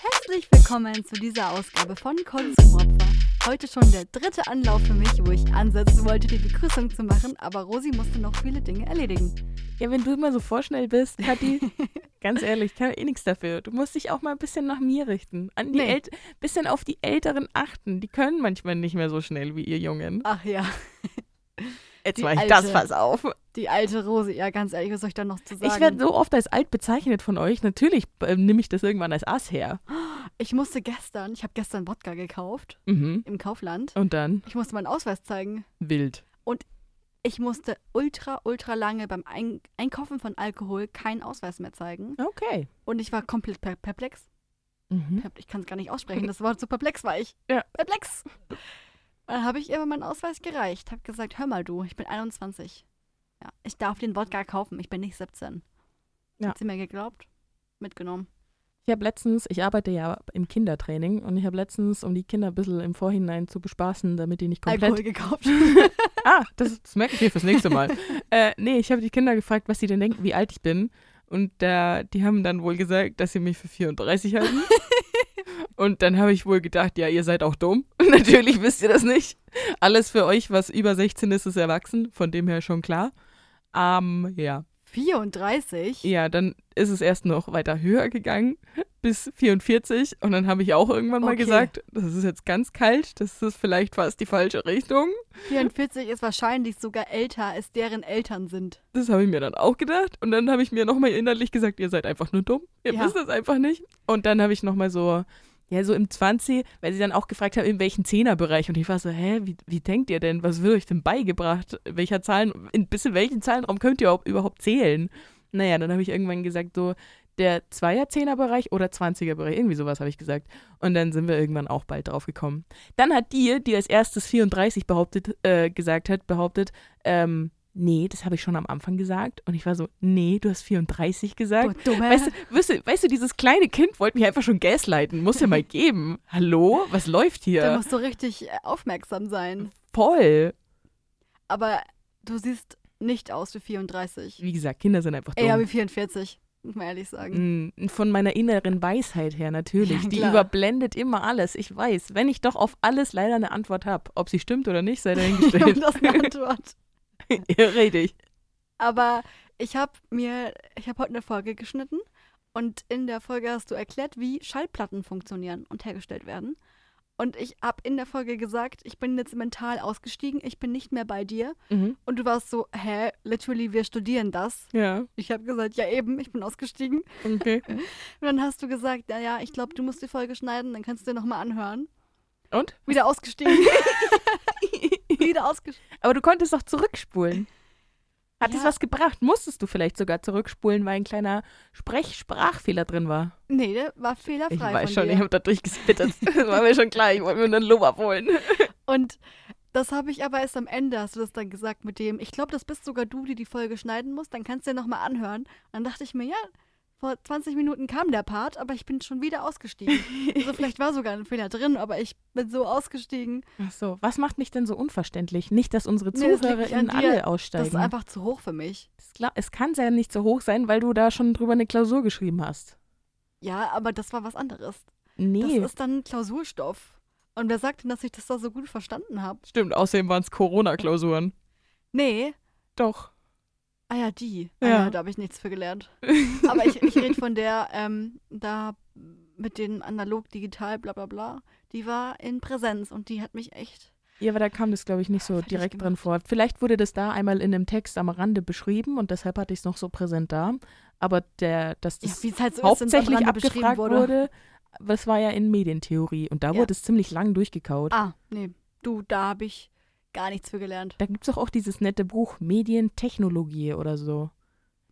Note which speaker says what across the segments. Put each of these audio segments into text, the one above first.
Speaker 1: Herzlich willkommen zu dieser Ausgabe von Konsumopfer. Heute schon der dritte Anlauf für mich, wo ich ansetzen wollte, die Begrüßung zu machen, aber Rosi musste noch viele Dinge erledigen.
Speaker 2: Ja, wenn du immer so vorschnell bist, Kathi, ganz ehrlich, kann eh nichts dafür. Du musst dich auch mal ein bisschen nach mir richten. An die
Speaker 1: Nee.
Speaker 2: Ält bisschen auf die Älteren achten. Die können manchmal nicht mehr so schnell wie ihr Jungen.
Speaker 1: Ach ja,
Speaker 2: Jetzt
Speaker 1: die
Speaker 2: mach ich
Speaker 1: Alte.
Speaker 2: das Fass auf.
Speaker 1: die alte Rosi. Ja, ganz ehrlich, was soll ich da noch zu sagen?
Speaker 2: Ich werde so oft als alt bezeichnet von euch. Natürlich äh, nehme ich das irgendwann als Ass her.
Speaker 1: ich musste gestern, ich habe gestern Wodka gekauft
Speaker 2: Mhm.
Speaker 1: im Kaufland.
Speaker 2: Und dann
Speaker 1: Ich musste meinen Ausweis zeigen.
Speaker 2: wild.
Speaker 1: Ich musste ultra, ultra lange beim Ein Einkaufen von Alkohol keinen Ausweis mehr zeigen.
Speaker 2: Okay.
Speaker 1: Und ich war komplett per perplex.
Speaker 2: Mhm.
Speaker 1: Perp- Ich kann es gar nicht aussprechen, das Wort so perplex war ich.
Speaker 2: Ja.
Speaker 1: Perplex. Dann habe ich ihr aber meinen Ausweis gereicht. Habe gesagt, hör mal du, ich bin 21. Ja, ich darf den Wodka kaufen, ich bin nicht 17.
Speaker 2: Ja.
Speaker 1: Hat sie mir geglaubt? Mitgenommen.
Speaker 2: Ich habe letztens, ich arbeite ja im Kindertraining und ich habe letztens, um die Kinder ein bisschen im Vorhinein zu bespaßen, damit die nicht komplett
Speaker 1: Alkohol gekauft.
Speaker 2: Ah, das, das merke ich mir fürs nächste Mal. äh, nee, ich habe die Kinder gefragt, was sie denn denken, wie alt ich bin. Und da, die haben dann wohl gesagt, dass sie mich für 34 halten. Und dann habe ich wohl gedacht, ja, ihr seid auch dumm. Natürlich wisst ihr das nicht. Alles für euch, was über 16 ist, ist erwachsen. Von dem her schon klar. Ähm, ja.
Speaker 1: 34?
Speaker 2: Ja, dann ist es erst noch weiter höher gegangen bis 44. Und dann habe ich auch irgendwann mal
Speaker 1: Okay.
Speaker 2: gesagt, das ist jetzt ganz kalt. Das ist vielleicht fast die falsche Richtung.
Speaker 1: 44 ist wahrscheinlich sogar älter, als deren Eltern sind.
Speaker 2: Das habe ich mir dann auch gedacht. Und dann habe ich mir nochmal innerlich gesagt, ihr seid einfach nur dumm. Ihr
Speaker 1: Ja.
Speaker 2: wisst das einfach nicht. Und dann habe ich nochmal so, ja, so im 20, weil sie dann auch gefragt haben, in welchen Zehnerbereich. Und ich war so, hä, wie, wie denkt ihr denn? Was wird euch denn beigebracht? Welcher Zahlen, in, bis in welchen Zahlenraum könnt ihr auch überhaupt zählen? Naja, dann habe ich irgendwann gesagt, so, der Zweier-Zehner-Bereich oder 20er-Bereich, irgendwie sowas habe ich gesagt. Und dann sind wir irgendwann auch bald drauf gekommen. Dann hat die, die als erstes 34 behauptet, äh, gesagt hat, behauptet, ähm, nee, das habe ich schon am Anfang gesagt. Und ich war so, nee, du hast 34
Speaker 1: Du
Speaker 2: gesagt.
Speaker 1: dumme.
Speaker 2: Weißt du, weißt, du, weißt du, dieses kleine Kind wollte mich einfach schon gaslighten. Muss ja mal geben. Hallo? Was läuft
Speaker 1: Da
Speaker 2: hier?
Speaker 1: musst du richtig äh, aufmerksam sein.
Speaker 2: Voll.
Speaker 1: Aber du siehst nicht aus wie 34.
Speaker 2: Wie gesagt, Kinder sind einfach dumm.
Speaker 1: Eher wie 44, muss man ehrlich sagen.
Speaker 2: Mm, Von meiner inneren Weisheit her natürlich.
Speaker 1: Ja,
Speaker 2: die
Speaker 1: klar.
Speaker 2: überblendet immer alles. Ich weiß, wenn ich doch auf alles leider eine Antwort habe. Ob sie stimmt oder nicht, sei
Speaker 1: Und
Speaker 2: dahingestellt.
Speaker 1: Um das ist eine Antwort.
Speaker 2: Richtig.
Speaker 1: Aber ich habe mir, ich habe heute eine Folge geschnitten und in der Folge hast du erklärt, wie Schallplatten funktionieren und hergestellt werden. Und ich habe in der Folge gesagt, ich bin jetzt mental ausgestiegen, ich bin nicht mehr bei dir.
Speaker 2: Mhm.
Speaker 1: Und du warst so, hä, literally, wir studieren das.
Speaker 2: Ja,
Speaker 1: Ich habe gesagt, ja eben, ich bin ausgestiegen. Und
Speaker 2: okay.
Speaker 1: dann hast du gesagt, naja, ich glaube, du musst die Folge schneiden, dann kannst du dir nochmal anhören.
Speaker 2: Und?
Speaker 1: Wieder ausgestiegen. Wieder ausgestiegen.
Speaker 2: Aber du konntest doch zurückspulen. Hat es
Speaker 1: Ja.
Speaker 2: was gebracht? Musstest du vielleicht sogar zurückspulen, weil ein kleiner Sprech-Sprachfehler drin war?
Speaker 1: Nee, der war fehlerfrei.
Speaker 2: Ich weiß
Speaker 1: von
Speaker 2: schon,
Speaker 1: dir.
Speaker 2: ich habe da durchgespittert. Das war mir schon klar, ich wollte mir nur einen Lob abholen.
Speaker 1: Und das habe ich aber erst am Ende, hast du das dann gesagt, mit dem, ich glaube, das bist sogar du, die die Folge schneiden musst, dann kannst du ja nochmal anhören. Und dann dachte ich mir, ja, vor 20 Minuten kam der Part, aber ich bin schon wieder ausgestiegen. also vielleicht war sogar ein Fehler drin, aber ich bin so ausgestiegen,
Speaker 2: Ach so, was macht mich denn so unverständlich? Nicht, dass unsere
Speaker 1: Nee, das liegt nicht
Speaker 2: ZuhörerInnen
Speaker 1: an dir.
Speaker 2: alle
Speaker 1: das
Speaker 2: aussteigen.
Speaker 1: ist einfach zu hoch für mich.
Speaker 2: Das gla- es kann ja nicht so hoch sein, weil du da schon drüber eine Klausur geschrieben hast.
Speaker 1: Ja, aber das war was anderes.
Speaker 2: Nee.
Speaker 1: Das ist dann Klausurstoff. Und wer sagt denn, dass ich das da so gut verstanden habe?
Speaker 2: Stimmt, außerdem waren es Corona-Klausuren.
Speaker 1: Nee,
Speaker 2: Doch.
Speaker 1: ah ja, die. Ah
Speaker 2: Ja.
Speaker 1: ja, da habe ich nichts für gelernt. Aber ich, ich rede von der, ähm, da mit den analog, digital, bla bla bla. Die war in Präsenz und die hat mich echt.
Speaker 2: ja, aber da kam das, glaube ich, nicht so
Speaker 1: Fertig
Speaker 2: direkt drin
Speaker 1: gemacht.
Speaker 2: vor. Vielleicht wurde das da einmal in einem Text am Rande beschrieben und deshalb hatte ich es noch so präsent da. Aber der, dass
Speaker 1: Ja,
Speaker 2: das
Speaker 1: wie es halt so ist, wenn's am
Speaker 2: hauptsächlich
Speaker 1: Rande
Speaker 2: abgefragt
Speaker 1: beschrieben
Speaker 2: wurde, das war ja in Medientheorie und da
Speaker 1: Ja.
Speaker 2: wurde es ziemlich lang durchgekaut.
Speaker 1: Ah, nee, du, da habe ich gar nichts für gelernt.
Speaker 2: Da gibt es auch, auch dieses nette Buch Medientechnologie oder so.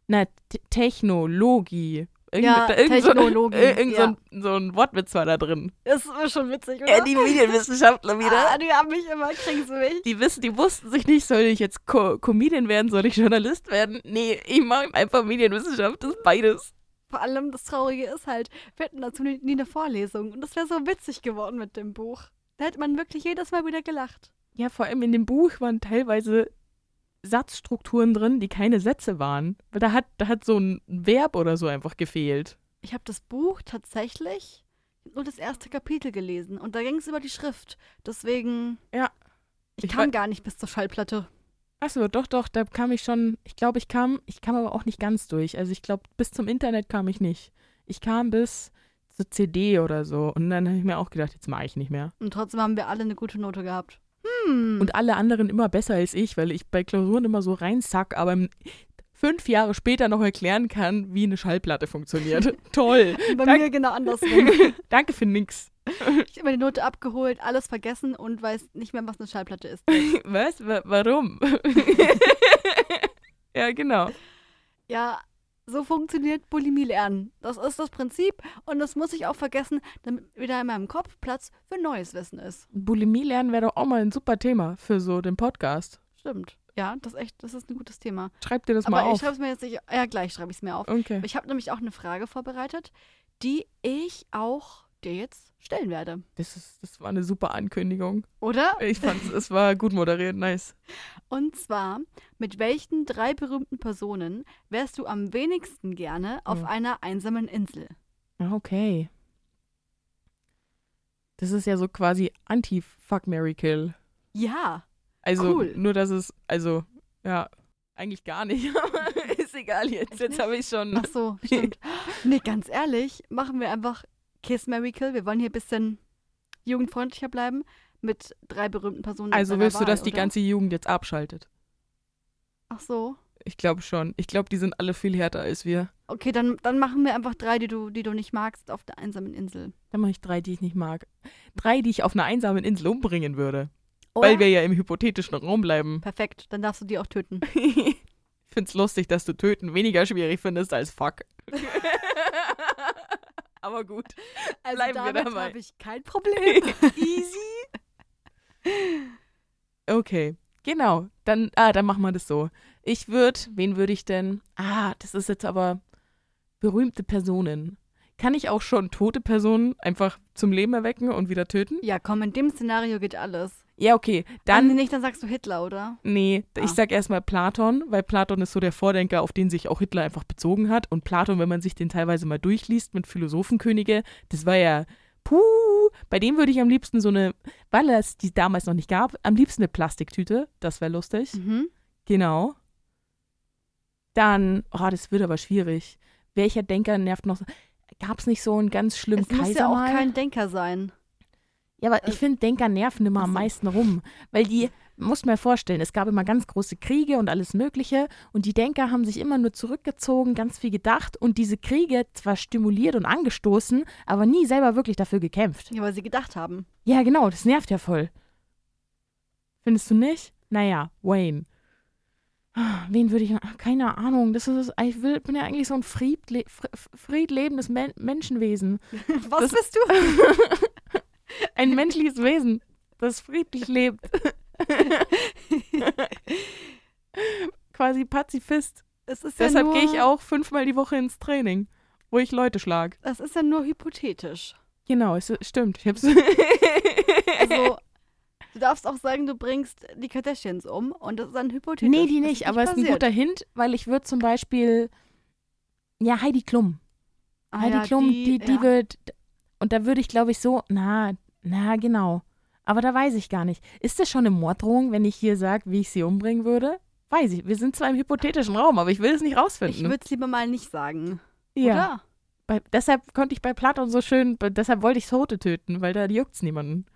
Speaker 2: Na, Te- Technologie. Irgend,
Speaker 1: Ja,
Speaker 2: da- irgend
Speaker 1: Technologie,
Speaker 2: So, äh, irgend
Speaker 1: ja.
Speaker 2: so, ein, so ein Wortwitz war da drin.
Speaker 1: Das ist schon witzig, oder?
Speaker 2: Ja, die Medienwissenschaftler wieder.
Speaker 1: Ah, die haben mich immer, kriegen sie mich.
Speaker 2: Die wissen, die wussten sich nicht, soll ich jetzt Co Comedian werden, soll ich Journalist werden? Nee, ich mache einfach Medienwissenschaft, das ist beides.
Speaker 1: Vor allem das Traurige ist halt, wir hätten dazu nie, nie eine Vorlesung und das wäre so witzig geworden mit dem Buch. Da hätte man wirklich jedes Mal wieder gelacht.
Speaker 2: Ja, vor allem in dem Buch waren teilweise Satzstrukturen drin, die keine Sätze waren. Weil da hat, da hat so ein Verb oder so einfach gefehlt.
Speaker 1: Ich habe das Buch tatsächlich, nur das erste Kapitel gelesen und da ging es über die Schrift. Deswegen.
Speaker 2: Ja.
Speaker 1: Ich,
Speaker 2: Ich
Speaker 1: kam
Speaker 2: wei-
Speaker 1: gar nicht bis zur Schallplatte.
Speaker 2: Achso, doch, doch, da kam ich schon, ich glaube, ich kam, ich kam aber auch nicht ganz durch. Also ich glaube, bis zum Internet kam ich nicht. Ich kam bis zur CD oder so. Und dann habe ich mir auch gedacht, jetzt mache ich nicht mehr.
Speaker 1: Und trotzdem haben wir alle eine gute Note gehabt. Hm.
Speaker 2: Und alle anderen immer besser als ich, weil ich bei Klausuren immer so reinsack, aber im, fünf Jahre später noch erklären kann, wie eine Schallplatte funktioniert. Toll.
Speaker 1: bei
Speaker 2: dank-
Speaker 1: mir genau andersrum.
Speaker 2: Danke für nix.
Speaker 1: ich habe meine Note abgeholt, alles vergessen und weiß nicht mehr, was eine Schallplatte ist.
Speaker 2: Was? Wa- warum? ja, genau.
Speaker 1: Ja, so funktioniert Bulimie lernen. Das ist das Prinzip und das muss ich auch vergessen, damit wieder in meinem Kopf Platz für neues Wissen ist.
Speaker 2: Bulimie lernen wäre doch auch mal ein super Thema für so den Podcast.
Speaker 1: Stimmt. Ja, das ist echt, das ist ein gutes Thema.
Speaker 2: Schreib dir das mal
Speaker 1: Aber ich
Speaker 2: auf.
Speaker 1: schreibe es mir jetzt nicht. Ja, gleich schreibe ich es mir auf.
Speaker 2: okay.
Speaker 1: Ich habe nämlich auch eine Frage vorbereitet, die ich auch dir jetzt stellen werde.
Speaker 2: Das, ist, das war eine super Ankündigung.
Speaker 1: Oder?
Speaker 2: Ich fand es war gut moderiert, nice.
Speaker 1: Und zwar, mit welchen drei berühmten Personen wärst du am wenigsten gerne auf
Speaker 2: Ja.
Speaker 1: einer einsamen Insel?
Speaker 2: Ah, Okay. Das ist ja so quasi anti-Fuck Mary Kill.
Speaker 1: Ja.
Speaker 2: Also
Speaker 1: Cool.
Speaker 2: nur, dass es, also, ja, eigentlich gar nicht. aber ist egal jetzt.
Speaker 1: Echt
Speaker 2: Jetzt
Speaker 1: nicht?
Speaker 2: habe ich schon.
Speaker 1: Ach so, stimmt. nee, ganz ehrlich, machen wir einfach Kiss Mary Kill. Wir wollen hier ein bisschen jugendfreundlicher bleiben mit drei berühmten Personen.
Speaker 2: Also
Speaker 1: deiner
Speaker 2: willst du,
Speaker 1: Wahl,
Speaker 2: dass die
Speaker 1: oder?
Speaker 2: ganze Jugend jetzt abschaltet?
Speaker 1: Ach so.
Speaker 2: Ich glaube schon. Ich glaube, die sind alle viel härter als wir.
Speaker 1: Okay, dann, dann machen wir einfach drei, die du, die du nicht magst, auf der einsamen Insel.
Speaker 2: Dann mache ich drei, die ich nicht mag. Drei, die ich auf einer einsamen Insel umbringen würde.
Speaker 1: Oder?
Speaker 2: Weil wir ja im hypothetischen Raum bleiben.
Speaker 1: Perfekt, dann darfst du die auch töten.
Speaker 2: ich find's lustig, dass du töten weniger schwierig findest als fuck. Aber gut.
Speaker 1: Also
Speaker 2: Bleiben wir
Speaker 1: damit
Speaker 2: dabei.
Speaker 1: habe ich kein Problem.
Speaker 2: Easy. Okay, genau. Dann, ah, dann machen wir das so. Ich würde, wen würde ich denn? Ah, das ist jetzt aber berühmte Personen. Kann ich auch schon tote Personen einfach zum Leben erwecken und wieder töten?
Speaker 1: ja, komm, in dem Szenario geht alles.
Speaker 2: Ja, okay.
Speaker 1: Dann
Speaker 2: Dann,
Speaker 1: nicht, dann sagst du Hitler, oder?
Speaker 2: nee,
Speaker 1: Ah.
Speaker 2: ich sag erstmal Platon, weil Platon ist so der Vordenker, auf den sich auch Hitler einfach bezogen hat. Und Platon, wenn man sich den teilweise mal durchliest mit Philosophenkönige, das war ja, puh, bei dem würde ich am liebsten so eine, weil es die damals noch nicht gab, am liebsten eine Plastiktüte. Das wäre lustig.
Speaker 1: Mhm.
Speaker 2: Genau. Dann, oh, das wird aber schwierig. Welcher Denker nervt noch? Gab es nicht so einen ganz schlimmen
Speaker 1: Es muss
Speaker 2: Kaiser
Speaker 1: ja auch
Speaker 2: mal?
Speaker 1: kein Denker sein.
Speaker 2: ja, aber ich finde, Denker nerven immer
Speaker 1: Äh,
Speaker 2: am
Speaker 1: Ach so.
Speaker 2: meisten rum. Weil die, musst mir vorstellen, es gab immer ganz große Kriege und alles Mögliche. Und die Denker haben sich immer nur zurückgezogen, ganz viel gedacht und diese Kriege zwar stimuliert und angestoßen, aber nie selber wirklich dafür gekämpft.
Speaker 1: Ja, weil sie gedacht haben.
Speaker 2: Ja, genau, das nervt ja voll. Findest du nicht? Naja, Wayne. Ah, Wen würde ich. ah, Keine Ahnung. Das ist, ich will, bin ja eigentlich so ein friedle, fr- friedlebendes Men Menschenwesen.
Speaker 1: Was bist du?
Speaker 2: Ein menschliches Wesen, das friedlich lebt. Quasi Pazifist.
Speaker 1: Es ist ja
Speaker 2: Deshalb
Speaker 1: nur,
Speaker 2: gehe ich auch fünfmal die Woche ins Training, wo ich Leute schlag.
Speaker 1: Das ist ja nur hypothetisch.
Speaker 2: Genau, es ist- stimmt. Ich hab's.
Speaker 1: Also, du darfst auch sagen, du bringst die Kardashians um und das ist dann hypothetisch.
Speaker 2: Nee, die
Speaker 1: Das ist
Speaker 2: nicht, aber es ist ein
Speaker 1: passiert.
Speaker 2: guter Hint, weil ich würde zum Beispiel, ja, Heidi Klum.
Speaker 1: Ah,
Speaker 2: Heidi
Speaker 1: ja,
Speaker 2: Klum, Ne, die, die,
Speaker 1: ja.
Speaker 2: wird, und da würde ich, glaube ich, so, na, na, genau. Aber da weiß ich gar nicht. Ist das schon eine Morddrohung, wenn ich hier sage, wie ich sie umbringen würde? Weiß ich. Wir sind zwar im hypothetischen Raum, aber ich will es nicht
Speaker 1: Ich
Speaker 2: rausfinden.
Speaker 1: würde es lieber mal nicht sagen.
Speaker 2: ja.
Speaker 1: Oder?
Speaker 2: Bei, deshalb konnte ich bei Platon so schön, be- deshalb wollte ich Tote töten, weil da juckt's niemanden.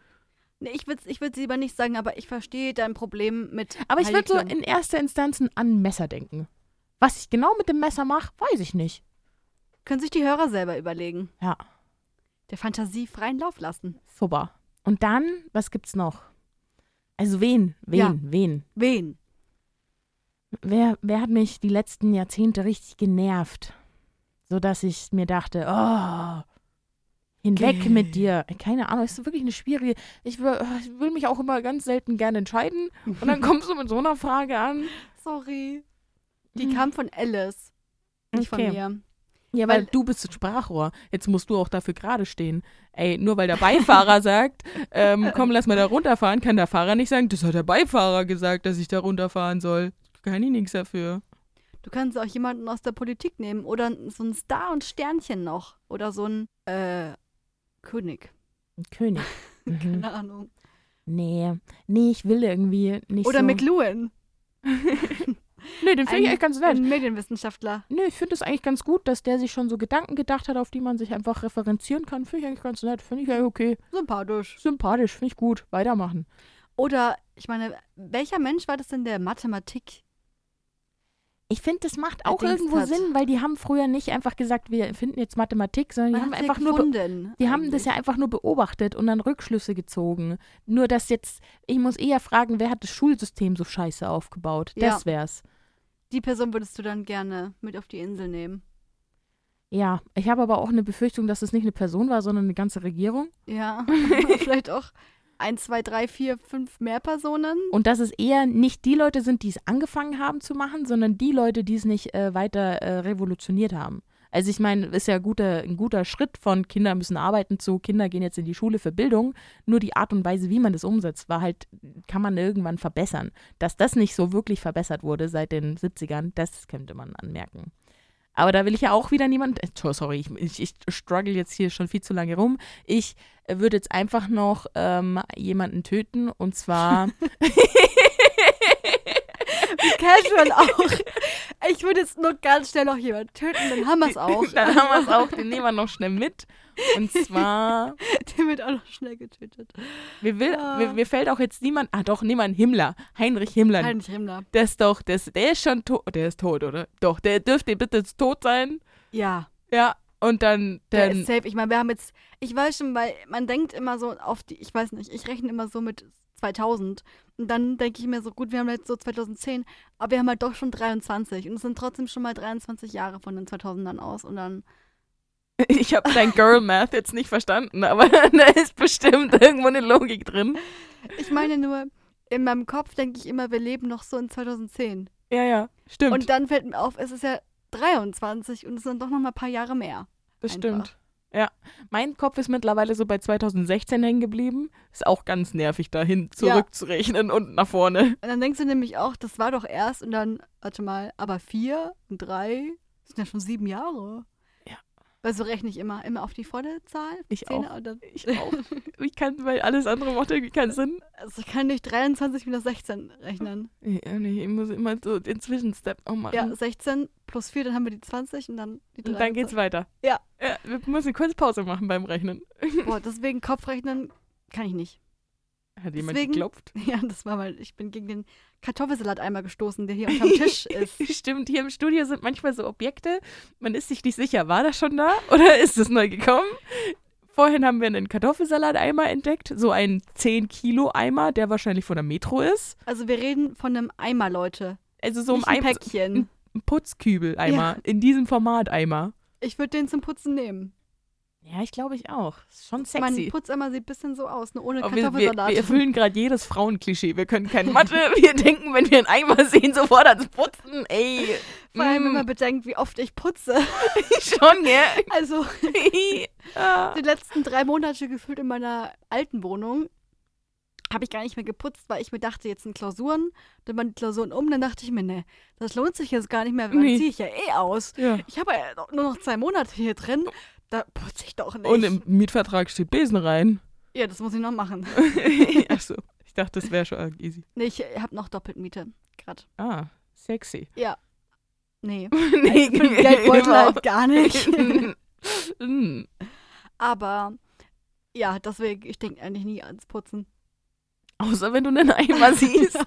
Speaker 1: Nee, ich würde es ich würd's lieber nicht sagen, aber ich verstehe dein Problem mit.
Speaker 2: Aber ich
Speaker 1: Heidi
Speaker 2: würde so
Speaker 1: Klum.
Speaker 2: in erster Instanz an ein Messer denken. Was ich genau mit dem Messer mache, weiß ich nicht.
Speaker 1: Können sich die Hörer selber überlegen.
Speaker 2: Ja.
Speaker 1: Der Fantasie freien Lauf lassen.
Speaker 2: Super. Und dann, was gibt's noch? Also wen? Wen?
Speaker 1: Ja.
Speaker 2: Wen?
Speaker 1: Wen?
Speaker 2: Wer, wer hat mich die letzten Jahrzehnte richtig genervt? Sodass ich mir dachte, oh, hinweg
Speaker 1: Geh.
Speaker 2: mit dir. Keine Ahnung, ist wirklich eine schwierige. Ich will, ich will mich auch immer ganz selten gerne entscheiden. Und dann kommst du mit so einer Frage an.
Speaker 1: Sorry. Mhm. Die kam von Alice, nicht
Speaker 2: Okay.
Speaker 1: von mir.
Speaker 2: Ja,
Speaker 1: weil-
Speaker 2: weil, du bist das Sprachrohr. Jetzt musst du auch dafür gerade stehen. Ey, nur weil der Beifahrer sagt, ähm, komm, lass mal da runterfahren, kann der Fahrer nicht sagen, das hat der Beifahrer gesagt, dass ich da runterfahren soll. Kann ich nichts dafür.
Speaker 1: Du kannst auch jemanden aus der Politik nehmen oder so einen Star und Sternchen noch. Oder so ein, äh, König.
Speaker 2: Ein König. Mhm.
Speaker 1: Keine Ahnung.
Speaker 2: Nee. Nee, ich will irgendwie nicht
Speaker 1: Oder
Speaker 2: so.
Speaker 1: McLuan.
Speaker 2: Nee, den finde ich
Speaker 1: Ein-
Speaker 2: echt ganz nett.
Speaker 1: Ein Medienwissenschaftler.
Speaker 2: Nee, ich finde es eigentlich ganz gut, dass der sich schon so Gedanken gedacht hat, auf die man sich einfach referenzieren kann. Finde ich eigentlich ganz nett. Finde ich eigentlich okay.
Speaker 1: Sympathisch.
Speaker 2: Sympathisch, finde ich gut. Weitermachen.
Speaker 1: Oder, ich meine, welcher Mensch war das denn, der Mathematik?
Speaker 2: Ich finde, das macht auch
Speaker 1: Allerdings
Speaker 2: irgendwo
Speaker 1: hat-
Speaker 2: Sinn, weil die haben früher nicht einfach gesagt, wir erfinden jetzt Mathematik, sondern die
Speaker 1: Man
Speaker 2: haben
Speaker 1: hat's
Speaker 2: einfach
Speaker 1: ja
Speaker 2: nur be-
Speaker 1: gefunden.
Speaker 2: die haben das ja einfach nur beobachtet und dann Rückschlüsse gezogen. Nur dass jetzt, ich muss eher fragen, wer hat das Schulsystem so scheiße aufgebaut?
Speaker 1: Ja.
Speaker 2: Das wär's.
Speaker 1: Die Person würdest du dann gerne mit auf die Insel nehmen.
Speaker 2: Ja, ich habe aber auch eine Befürchtung, dass es nicht eine Person war, sondern eine ganze Regierung.
Speaker 1: Ja. Vielleicht auch ein, zwei, drei, vier, fünf mehr Personen.
Speaker 2: Und dass es eher nicht die Leute sind, die es angefangen haben zu machen, sondern die Leute, die es nicht äh, weiter äh, revolutioniert haben. Also ich meine, ist ja ein guter, ein guter Schritt von Kinder müssen arbeiten zu Kinder gehen jetzt in die Schule für Bildung. Nur die Art und Weise, wie man das umsetzt, war halt, kann man irgendwann verbessern. Dass das nicht so wirklich verbessert wurde seit den 70ern, das könnte man anmerken. Aber da will ich ja auch wieder niemand, äh, so- sorry, ich, ich, ich struggle jetzt hier schon viel zu lange rum. Ich äh, würde jetzt einfach noch ähm, jemanden töten und zwar
Speaker 1: Casual auch. Ich würde jetzt nur ganz schnell noch jemanden töten, dann haben wir es auch.
Speaker 2: Dann haben wir es auch, den nehmen wir noch schnell mit. Und zwar,
Speaker 1: Der wird auch noch schnell getötet.
Speaker 2: mir, will,
Speaker 1: Ah.
Speaker 2: mir, mir fällt auch jetzt niemand, ah doch, niemand Himmler, Heinrich Himmler.
Speaker 1: Heinrich Himmler.
Speaker 2: Der ist doch, der ist, der ist schon tot, der ist tot, oder? Doch, der dürfte bitte jetzt tot sein.
Speaker 1: Ja,
Speaker 2: Ja, und dann,
Speaker 1: der
Speaker 2: dann
Speaker 1: ist safe. Ich meine, wir haben jetzt, ich weiß schon, weil man denkt immer so auf die, ich weiß nicht, ich rechne immer so mit 2000 und dann denke ich mir so, gut, wir haben jetzt so 2010, aber wir haben halt doch schon 23 und es sind trotzdem schon mal 23 Jahre von den 2000ern aus und dann,
Speaker 2: ich habe dein Girl Math jetzt nicht verstanden, aber da ist bestimmt irgendwo eine Logik drin.
Speaker 1: ich meine nur, in meinem Kopf denke ich immer, wir leben noch so in 2010
Speaker 2: Ja, ja, stimmt,
Speaker 1: und dann fällt mir auf, es ist ja 23 und es sind doch noch mal ein paar Jahre mehr.
Speaker 2: das
Speaker 1: einfach.
Speaker 2: stimmt. Ja, mein Kopf ist mittlerweile so bei 2016 hängen geblieben. Ist auch ganz nervig, dahin zurückzurechnen und nach vorne.
Speaker 1: Und dann denkst du nämlich auch, das war doch erst und dann, warte mal, aber vier und drei das sind ja schon sieben Jahre.
Speaker 2: Ja.
Speaker 1: Weil so rechne ich immer, immer auf die volle Zahl. auf die
Speaker 2: Ich
Speaker 1: Zehner
Speaker 2: auch.
Speaker 1: Und dann,
Speaker 2: Ich auch. Ich kann, weil alles andere macht irgendwie keinen Sinn.
Speaker 1: also ich kann nicht 23 minus 16 rechnen.
Speaker 2: Ich, ich muss immer so den Zwischenstep auch machen.
Speaker 1: Ja, 16 plus 4, dann haben wir die 20 und dann die 3.
Speaker 2: und dann geht's weiter.
Speaker 1: Ja.
Speaker 2: also ja. Wir müssen kurz Pause machen beim Rechnen.
Speaker 1: Boah, deswegen Kopfrechnen kann ich nicht.
Speaker 2: Hat jemand
Speaker 1: Deswegen-
Speaker 2: geklopft?
Speaker 1: Ja, das war mal, ich bin gegen den Kartoffelsalat einmal gestoßen, der hier unterm Tisch ist.
Speaker 2: Stimmt, hier im Studio sind manchmal so Objekte, man ist sich nicht sicher, war das schon da oder ist es neu gekommen? Vorhin haben wir einen Kartoffelsalat-Eimer entdeckt, so einen 10-Kilo-Eimer, der wahrscheinlich von der Metro ist.
Speaker 1: Also wir reden von einem Eimer, Leute.
Speaker 2: Also so
Speaker 1: nicht
Speaker 2: ein,
Speaker 1: ein
Speaker 2: Eimer,
Speaker 1: Päckchen.
Speaker 2: ein Putzkübel-Eimer, in diesem Format-Eimer.
Speaker 1: Ich würde den zum Putzen nehmen.
Speaker 2: Ja, ich glaube, ich auch. Ist schon
Speaker 1: Mein Putzeimer sieht ein bisschen so aus, nur ohne
Speaker 2: Aber wir, wir,
Speaker 1: Kartoffelsalat.
Speaker 2: wir erfüllen gerade jedes Frauenklischee. Wir können keine Mathe. Wir denken, wenn wir einen Eimer sehen, sofort ans Putzen. Ey,
Speaker 1: Vor allem, wenn
Speaker 2: mm,
Speaker 1: man bedenkt, wie oft ich putze.
Speaker 2: schon, gell?
Speaker 1: Also
Speaker 2: Ja.
Speaker 1: die letzten drei Monate gefühlt in meiner alten Wohnung habe ich gar nicht mehr geputzt, weil ich mir dachte, jetzt sind Klausuren, dann waren die Klausuren um, dann dachte ich mir, ne, das lohnt sich jetzt gar nicht mehr, weil
Speaker 2: Nee.
Speaker 1: dann ziehe ich ja eh aus.
Speaker 2: Ja.
Speaker 1: Ich habe ja noch- nur noch zwei Monate hier drin, da putze ich doch nicht.
Speaker 2: Und im Mietvertrag steht Besen rein.
Speaker 1: ja, das muss ich noch machen.
Speaker 2: Achso, ich dachte, das wäre schon easy.
Speaker 1: Nee, ich habe noch Doppeltmiete gerade.
Speaker 2: Ah, sexy.
Speaker 1: Nee, für den Geldbeutel
Speaker 2: überhaupt
Speaker 1: halt gar nicht.
Speaker 2: nicht.
Speaker 1: Hm.
Speaker 2: Mm.
Speaker 1: Aber ja, deswegen, ich denke eigentlich nie ans Putzen.
Speaker 2: Außer wenn du einen Eimer siehst.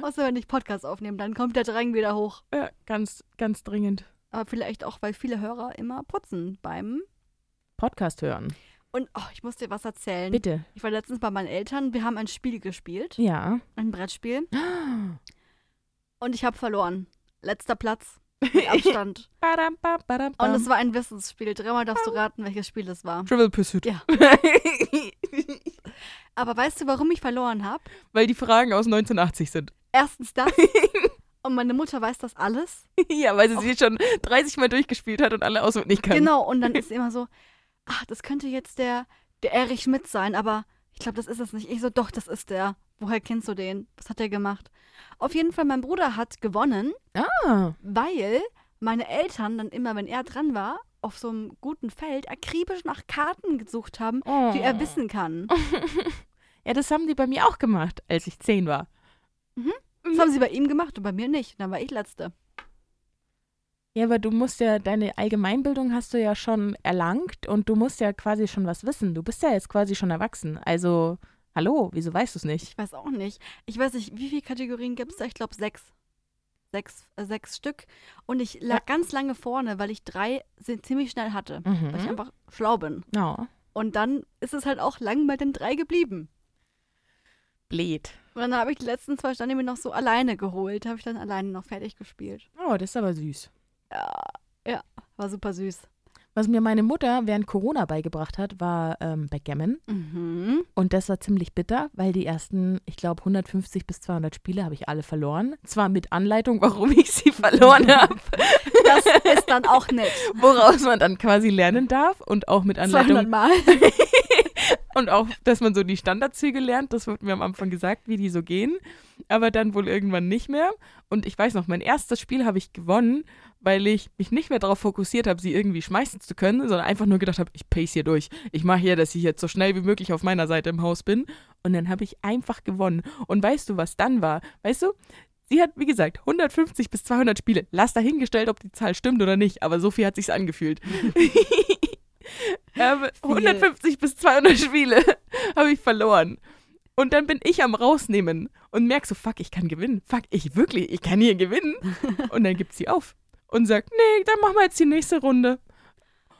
Speaker 1: Außer wenn ich Podcast aufnehme, dann kommt der Drang wieder hoch.
Speaker 2: ja, ganz, ganz dringend.
Speaker 1: Aber vielleicht auch, weil viele Hörer immer putzen beim.
Speaker 2: Podcast hören.
Speaker 1: Und oh, ich muss dir was erzählen.
Speaker 2: Bitte.
Speaker 1: Ich war letztens bei meinen Eltern, wir haben ein Spiel gespielt,
Speaker 2: Ja.
Speaker 1: ein Brettspiel, und ich habe verloren. Letzter Platz, mit Abstand.
Speaker 2: Badam, bam, badam,
Speaker 1: Und
Speaker 2: bam.
Speaker 1: es war ein Wissensspiel. Dreimal darfst du raten, welches Spiel es war.
Speaker 2: Trivial Pursuit.
Speaker 1: Ja. Aber weißt du, warum ich verloren habe?
Speaker 2: Weil die Fragen aus 1980 sind.
Speaker 1: Erstens das. Und meine Mutter weiß das alles.
Speaker 2: ja, weil sie sie schon 30 Mal durchgespielt hat und alle auswendig kann.
Speaker 1: Genau, und dann ist sie immer so, ach, das könnte jetzt der, der Erich Schmidt sein, aber ich glaube, das ist es nicht. Ich so, doch, das ist der. Woher kennst du den? Was hat der gemacht? Auf jeden Fall, mein Bruder hat gewonnen,
Speaker 2: Ah,
Speaker 1: weil meine Eltern dann immer, wenn er dran war, auf so einem guten Feld akribisch nach Karten gesucht haben,
Speaker 2: Oh.
Speaker 1: die er wissen kann.
Speaker 2: Ja, das haben die bei mir auch gemacht, als ich zehn war.
Speaker 1: Das haben sie bei ihm gemacht und bei mir nicht. Dann war ich Letzte.
Speaker 2: Ja, aber du musst ja, deine Allgemeinbildung hast du ja schon erlangt und du musst ja quasi schon was wissen. Du bist ja jetzt quasi schon erwachsen. Also, hallo, wieso weißt du es nicht?
Speaker 1: Ich weiß auch nicht. Ich weiß nicht, wie viele Kategorien gibt es da? Ich glaube sechs. Sechs, äh, sechs Stück. Und ich lag ganz lange vorne, weil ich drei sind ziemlich schnell hatte. Weil ich
Speaker 2: Mhm.
Speaker 1: einfach schlau bin.
Speaker 2: Oh,
Speaker 1: Und dann ist es halt auch lang bei den drei geblieben.
Speaker 2: blöd.
Speaker 1: Und dann habe ich die letzten zwei Stände mir noch so alleine geholt. Habe ich dann alleine noch fertig gespielt.
Speaker 2: Oh, das ist aber süß.
Speaker 1: War super süß.
Speaker 2: Was mir meine Mutter während Corona beigebracht hat, war ähm, Backgammon.
Speaker 1: Mhm.
Speaker 2: Und das war ziemlich bitter, weil die ersten, ich glaube, 150 bis 200 Spiele habe ich alle verloren. Zwar mit Anleitung, warum ich sie verloren habe,
Speaker 1: Das ist dann auch nett.
Speaker 2: woraus man dann quasi lernen darf und auch mit
Speaker 1: 200
Speaker 2: Anleitung
Speaker 1: Mal.
Speaker 2: Und auch, dass man so die Standardzüge lernt, das wird mir am Anfang gesagt, wie die so gehen, aber dann wohl irgendwann nicht mehr. Und ich weiß noch, mein erstes Spiel habe ich gewonnen, weil ich mich nicht mehr darauf fokussiert habe, sie irgendwie schmeißen zu können, sondern einfach nur gedacht habe, ich pace hier durch. Ich mache hier, dass ich jetzt so schnell wie möglich auf meiner Seite im Haus bin. Und dann habe ich einfach gewonnen. Und weißt du, was dann war? Weißt du? Sie hat, wie gesagt, 150 bis 200 Spiele. Lass dahingestellt, ob die Zahl stimmt oder nicht, aber so viel hat sich's angefühlt. ähm, 150 bis 200 Spiele habe ich verloren. Und dann bin ich am rausnehmen und merk so, fuck, ich kann gewinnen. Fuck, ich wirklich, ich kann hier gewinnen. Und dann gibt sie auf und sagt, nee, dann machen wir jetzt die nächste Runde.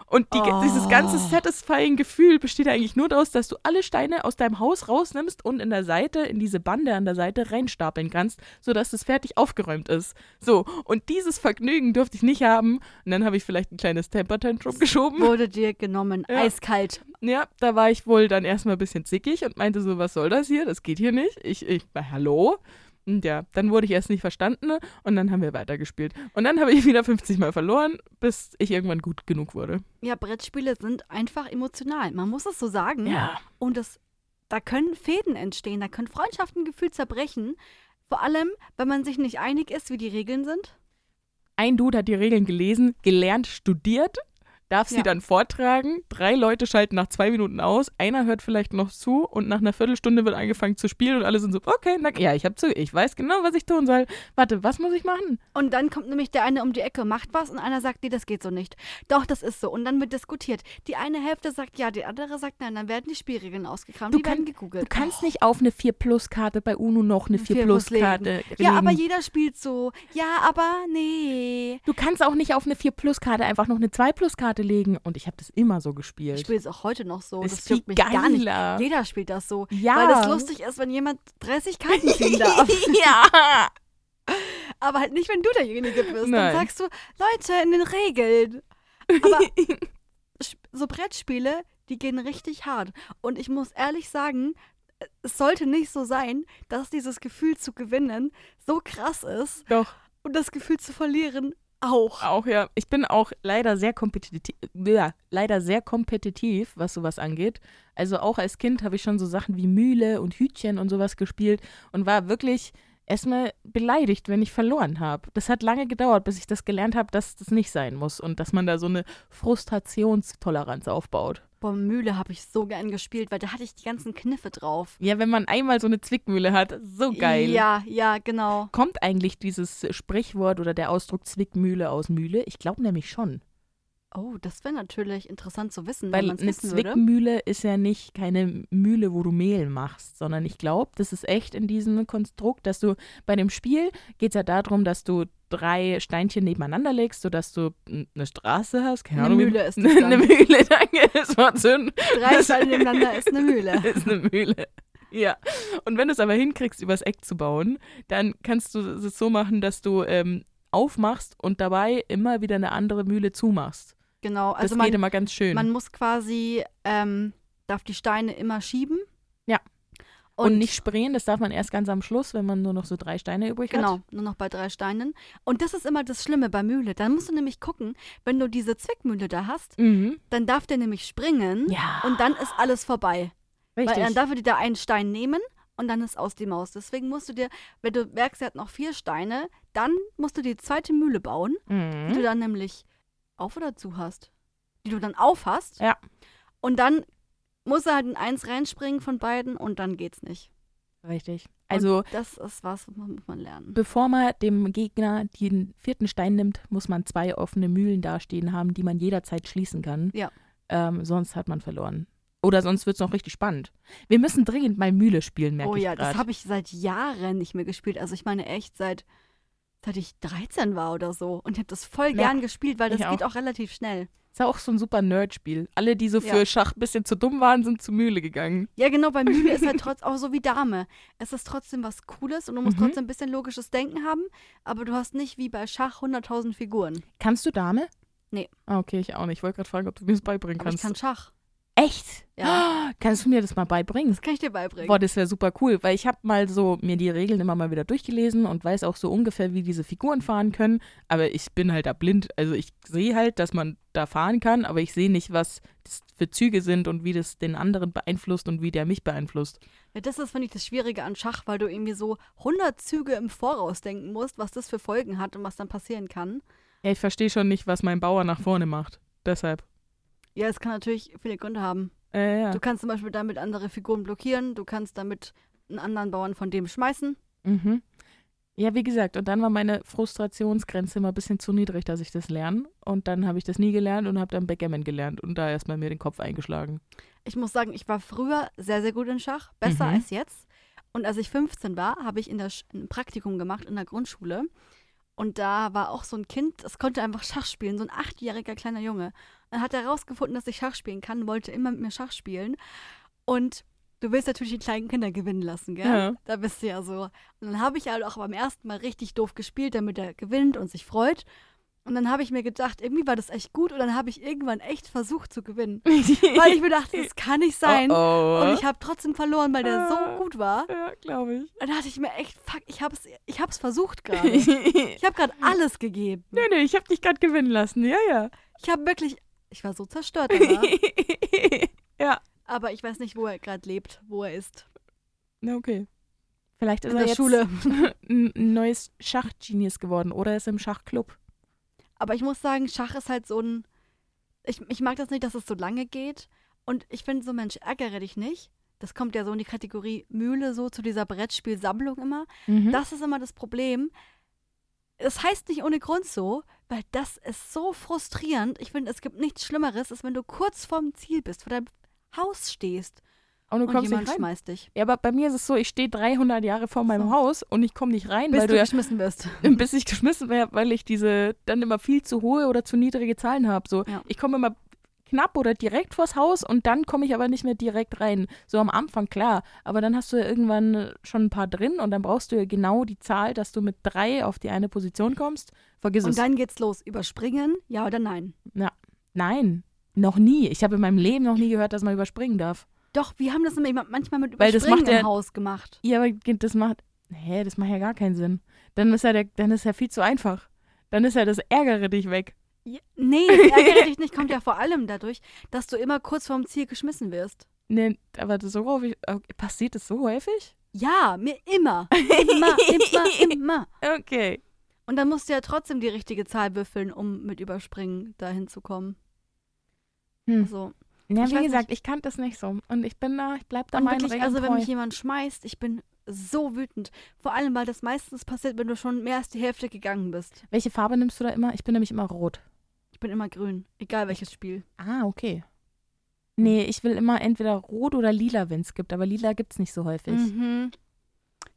Speaker 2: Und die,
Speaker 1: Oh.
Speaker 2: dieses ganze satisfying Gefühl besteht eigentlich nur daraus, dass du alle Steine aus deinem Haus rausnimmst und in der Seite, in diese Bande an der Seite reinstapeln kannst, sodass es fertig aufgeräumt ist. So, und dieses Vergnügen durfte ich nicht haben. Und dann habe ich vielleicht ein kleines Temper-Tantrum geschoben.
Speaker 1: Wurde dir genommen.
Speaker 2: Ja.
Speaker 1: Eiskalt.
Speaker 2: Ja, da war ich wohl dann erstmal ein bisschen zickig und meinte so, was soll das hier? Das geht hier nicht. Ich, ich, na, hallo? Und ja, dann wurde ich erst nicht verstanden und dann haben wir weitergespielt. Und dann habe ich wieder 50 Mal verloren, bis ich irgendwann gut genug wurde.
Speaker 1: Ja, Brettspiele sind einfach emotional. Man muss es so sagen.
Speaker 2: Ja.
Speaker 1: Und das, da können Fäden entstehen, da können Freundschaften gefühlt zerbrechen. Vor allem, wenn man sich nicht einig ist, wie die Regeln sind.
Speaker 2: Ein Dude hat die Regeln gelesen, gelernt, studiert, darf sie
Speaker 1: Ja.
Speaker 2: dann vortragen. Drei Leute schalten nach zwei Minuten aus, einer hört vielleicht noch zu und nach einer Viertelstunde wird angefangen zu spielen und alle sind so, okay, na, ja, ich habe zu, ich weiß genau, was ich tun soll. Warte, was muss ich machen?
Speaker 1: Und dann kommt nämlich der eine um die Ecke, macht was und einer sagt, nee, das geht so nicht. Doch, das ist so. Und dann wird diskutiert. Die eine Hälfte sagt ja, die andere sagt nein. Dann werden die Spielregeln ausgekramt,
Speaker 2: Du
Speaker 1: die werden gegoogelt.
Speaker 2: Du kannst nicht auf eine 4-Plus-Karte bei UNO noch eine
Speaker 1: Eine
Speaker 2: 4-Plus-Karte
Speaker 1: Oh. Ja,
Speaker 2: legen.
Speaker 1: aber jeder spielt so. Ja, aber nee.
Speaker 2: Du kannst auch nicht auf eine 4-Plus-Karte einfach noch eine 2-Plus-Karte legen. Und ich habe das immer so gespielt.
Speaker 1: Ich spiele es auch heute noch so.
Speaker 2: Ist
Speaker 1: das
Speaker 2: viel
Speaker 1: juckt mich gar nicht.
Speaker 2: geiler.
Speaker 1: Jeder spielt das so.
Speaker 2: Ja.
Speaker 1: Weil es lustig ist, wenn jemand 30 Karten ziehen darf.
Speaker 2: ja.
Speaker 1: Aber halt nicht, wenn du derjenige bist.
Speaker 2: Nein.
Speaker 1: Dann sagst du, Leute, in den Regeln. Aber Sch- so Brettspiele, die gehen richtig hart. Und ich muss ehrlich sagen, es sollte nicht so sein, dass dieses Gefühl zu gewinnen so krass ist
Speaker 2: Doch,
Speaker 1: und das Gefühl zu verlieren auch.
Speaker 2: auch ja. Ich bin auch leider sehr kompetitiv, ja, leider sehr kompetitiv, was sowas angeht. Also auch als Kind habe ich schon so Sachen wie Mühle und Hütchen und sowas gespielt und war wirklich erstmal beleidigt, wenn ich verloren habe. Das hat lange gedauert, bis ich das gelernt habe, dass das nicht sein muss und dass man da so eine Frustrationstoleranz aufbaut.
Speaker 1: Boah, Mühle habe ich so gern gespielt, weil da hatte ich die ganzen Kniffe drauf.
Speaker 2: Ja, wenn man einmal so eine Zwickmühle hat, so geil.
Speaker 1: Ja, ja, genau.
Speaker 2: Kommt eigentlich dieses Sprichwort oder der Ausdruck Zwickmühle aus Mühle? Ich glaube nämlich schon.
Speaker 1: Oh, das wäre natürlich interessant zu wissen, wenn
Speaker 2: Weil
Speaker 1: man es
Speaker 2: eine
Speaker 1: wissen würde.
Speaker 2: Zwickmühle ist ja nicht keine Mühle, wo du Mehl machst, sondern ich glaube, das ist echt in diesem Konstrukt, dass du bei dem Spiel geht es ja darum, dass du drei Steinchen nebeneinander legst, sodass du n- eine Straße hast. Keine
Speaker 1: Eine
Speaker 2: Ahnung, wie-
Speaker 1: Mühle ist das
Speaker 2: Eine
Speaker 1: dann.
Speaker 2: Mühle, danke. Das war Sinn.
Speaker 1: Drei Steine nebeneinander ist eine Mühle.
Speaker 2: ist eine Mühle. Ja. Und wenn du es aber hinkriegst, übers Eck zu bauen, dann kannst du es so machen, dass du ähm, aufmachst und dabei immer wieder eine andere Mühle zumachst.
Speaker 1: Genau, also
Speaker 2: das
Speaker 1: man,
Speaker 2: geht immer ganz schön.
Speaker 1: Man muss quasi, ähm, darf die Steine immer schieben.
Speaker 2: Ja.
Speaker 1: Und,
Speaker 2: Und, nicht sprayen, das darf man erst ganz am Schluss, wenn man nur noch so drei Steine übrig hat.
Speaker 1: Genau, nur noch bei drei Steinen. Und das ist immer das Schlimme bei Mühle. Dann musst du nämlich gucken, wenn du diese Zwickmühle da hast,
Speaker 2: Mhm.
Speaker 1: dann darf der nämlich springen
Speaker 2: Ja,
Speaker 1: und dann ist alles vorbei. Weil dann
Speaker 2: richtig.
Speaker 1: darf er dir da einen Stein nehmen und dann ist aus die Maus. Deswegen musst du dir, wenn du merkst, er hat noch vier Steine, dann musst du die zweite Mühle bauen, die
Speaker 2: Mhm.
Speaker 1: du dann nämlich auf oder zu hast. die du dann aufhast.
Speaker 2: Ja.
Speaker 1: Und dann muss er halt in eins reinspringen von beiden und dann geht's nicht.
Speaker 2: Richtig. Also,
Speaker 1: und das ist was, was muss man lernen.
Speaker 2: bevor man dem Gegner den vierten Stein nimmt, muss man zwei offene Mühlen dastehen haben, die man jederzeit schließen kann.
Speaker 1: Ja.
Speaker 2: Ähm, sonst hat man verloren. Oder sonst wird es noch richtig spannend. Wir müssen dringend mal Mühle spielen, merke
Speaker 1: oh
Speaker 2: ich
Speaker 1: ja, das
Speaker 2: grad.
Speaker 1: habe ich seit Jahren nicht mehr gespielt. Also ich meine echt seit seit ich 13 war oder so und ich habe das voll
Speaker 2: Ja,
Speaker 1: gern gespielt, weil das
Speaker 2: ich
Speaker 1: geht auch relativ schnell.
Speaker 2: Ist ja auch so ein super Nerd-Spiel. Alle, die so
Speaker 1: Ja.
Speaker 2: für Schach ein bisschen zu dumm waren, sind zu Mühle gegangen.
Speaker 1: Ja, genau, bei Mühle ist halt trotz auch so wie Dame. Es ist trotzdem was Cooles und du musst
Speaker 2: Mhm.
Speaker 1: trotzdem ein bisschen logisches Denken haben, aber du hast nicht wie bei Schach 100.000 Figuren.
Speaker 2: Kannst du Dame?
Speaker 1: Nee.
Speaker 2: Ah, okay, ich auch nicht. Ich wollte gerade fragen, ob du mir das beibringen
Speaker 1: Aber ich
Speaker 2: kannst.
Speaker 1: kann Schach.
Speaker 2: Echt?
Speaker 1: Ja.
Speaker 2: Kannst du mir das mal beibringen?
Speaker 1: Das kann ich dir beibringen.
Speaker 2: Boah, das wäre super cool, weil ich habe mal so mir die Regeln immer mal wieder durchgelesen und weiß auch so ungefähr, wie diese Figuren fahren können. Aber ich bin halt da blind. Also ich sehe halt, dass man da fahren kann, aber ich sehe nicht, was das für Züge sind und wie das den anderen beeinflusst und wie der mich beeinflusst.
Speaker 1: Ja, das ist, finde ich, das Schwierige an Schach, weil du irgendwie so 100 Züge im Voraus denken musst, was das für Folgen hat und was dann passieren kann.
Speaker 2: Ja, ich verstehe schon nicht, was mein Bauer nach vorne macht. Deshalb.
Speaker 1: Ja, es kann natürlich viele Gründe haben.
Speaker 2: Äh, ja.
Speaker 1: Du kannst zum Beispiel damit andere Figuren blockieren, du kannst damit einen anderen Bauern von dem schmeißen.
Speaker 2: Mhm. Ja, wie gesagt, und dann war meine Frustrationsgrenze immer ein bisschen zu niedrig, dass ich das lerne. Und dann habe ich das nie gelernt und habe dann Backgammon gelernt und da erstmal mir den Kopf eingeschlagen.
Speaker 1: Ich muss sagen, ich war früher sehr, sehr gut in Schach, besser
Speaker 2: Mhm.
Speaker 1: als jetzt. Und als ich 15 war, habe ich in der Sch ein Praktikum gemacht in der Grundschule. Und da war auch so ein Kind, das konnte einfach Schach spielen, so ein achtjähriger kleiner Junge. Dann hat er herausgefunden, dass ich Schach spielen kann, wollte immer mit mir Schach spielen. Und du willst natürlich die kleinen Kinder gewinnen lassen, gell?
Speaker 2: Ja.
Speaker 1: Da bist du ja so. Und dann habe ich halt auch beim ersten Mal richtig doof gespielt, damit er gewinnt und sich freut. Und dann habe ich mir gedacht, irgendwie war das echt gut und dann habe ich irgendwann echt versucht zu gewinnen weil ich mir dachte, das kann nicht sein.
Speaker 2: Oh, oh.
Speaker 1: Und ich habe trotzdem verloren, weil der
Speaker 2: Ah.
Speaker 1: so gut war.
Speaker 2: ja, glaube ich.
Speaker 1: Dann dachte ich mir echt, fuck, ich hab's, ich hab's versucht gerade. Ich
Speaker 2: nee,
Speaker 1: habe gerade alles gegeben.
Speaker 2: nee, ich habe dich gerade gewinnen lassen. Ja, ja.
Speaker 1: Ich habe wirklich, ich war so zerstört
Speaker 2: Genau.
Speaker 1: danach.
Speaker 2: ja,
Speaker 1: Aber ich weiß nicht, wo er gerade lebt, wo er ist.
Speaker 2: na okay. Vielleicht ist
Speaker 1: In
Speaker 2: er
Speaker 1: der
Speaker 2: jetzt
Speaker 1: Schule.
Speaker 2: ein ein neues Schachgenius geworden oder ist im Schachclub.
Speaker 1: Aber ich muss sagen, Schach ist halt so ein. Ich, ich mag das nicht, dass es so lange geht. Und ich finde so, Mensch, ärgere dich nicht. Das kommt ja so in die Kategorie Mühle, so zu dieser Brettspielsammlung immer.
Speaker 2: Mhm.
Speaker 1: Das ist immer das Problem. Es heißt nicht ohne Grund so, weil das ist so frustrierend. Ich finde, es gibt nichts Schlimmeres, als wenn du kurz vorm Ziel bist, vor deinem Haus stehst
Speaker 2: und du
Speaker 1: und
Speaker 2: kommst
Speaker 1: jemand
Speaker 2: nicht rein.
Speaker 1: schmeißt dich.
Speaker 2: Ja, aber bei mir ist es so, ich stehe 300 Jahre vor meinem
Speaker 1: So.
Speaker 2: Haus und ich komme nicht rein,
Speaker 1: Bis
Speaker 2: weil
Speaker 1: du
Speaker 2: du ja
Speaker 1: geschmissen wirst.
Speaker 2: bis ich geschmissen werde, weil ich diese dann immer viel zu hohe oder zu niedrige Zahlen habe. So,
Speaker 1: Ja.
Speaker 2: ich komme immer knapp oder direkt vors Haus und dann komme ich aber nicht mehr direkt rein. So am Anfang klar, aber dann hast du ja irgendwann schon ein paar drin und dann brauchst du ja genau die Zahl, dass du mit drei auf die eine Position kommst. Vergiss
Speaker 1: Und
Speaker 2: es.
Speaker 1: dann geht's los. Überspringen, ja oder nein?
Speaker 2: Nein, noch nie. Ich habe in meinem Leben noch nie gehört, dass man überspringen darf.
Speaker 1: Doch, wir haben das nämlich ma- manchmal mit
Speaker 2: Weil das
Speaker 1: Überspringen
Speaker 2: macht ja-
Speaker 1: im Haus gemacht.
Speaker 2: Ja, aber das macht, hä, das macht ja gar keinen Sinn. Dann ist ja der, dann ist ja viel zu einfach. Dann ist ja das Ärgere dich weg.
Speaker 1: Ja, nee, das ärgere dich nicht, kommt ja vor allem dadurch, dass du immer kurz vorm Ziel geschmissen wirst.
Speaker 2: Nee, Ne, aber das so häufig, äh, passiert das so häufig?
Speaker 1: Ja, mir immer. Immer, immer, immer.
Speaker 2: Okay.
Speaker 1: Und dann musst du ja trotzdem die richtige Zahl würfeln, um mit Überspringen dahin zu kommen.
Speaker 2: Hm.
Speaker 1: Also,
Speaker 2: Ja,
Speaker 1: Ich
Speaker 2: wie
Speaker 1: weiß
Speaker 2: gesagt, ich kannte das nicht so. Und ich bin da, ich bleib da
Speaker 1: und
Speaker 2: meinen
Speaker 1: wirklich,
Speaker 2: Regeln
Speaker 1: also wenn
Speaker 2: treu.
Speaker 1: mich jemand schmeißt, ich bin so wütend. Vor allem, weil das meistens passiert, wenn du schon mehr als die Hälfte gegangen bist.
Speaker 2: Welche Farbe nimmst du da immer? Ich bin nämlich immer rot.
Speaker 1: Ich bin immer grün, egal welches Spiel.
Speaker 2: Ah, okay. Nee, ich will immer entweder rot oder lila, wenn es gibt. Aber lila gibt es nicht so häufig.
Speaker 1: Mhm.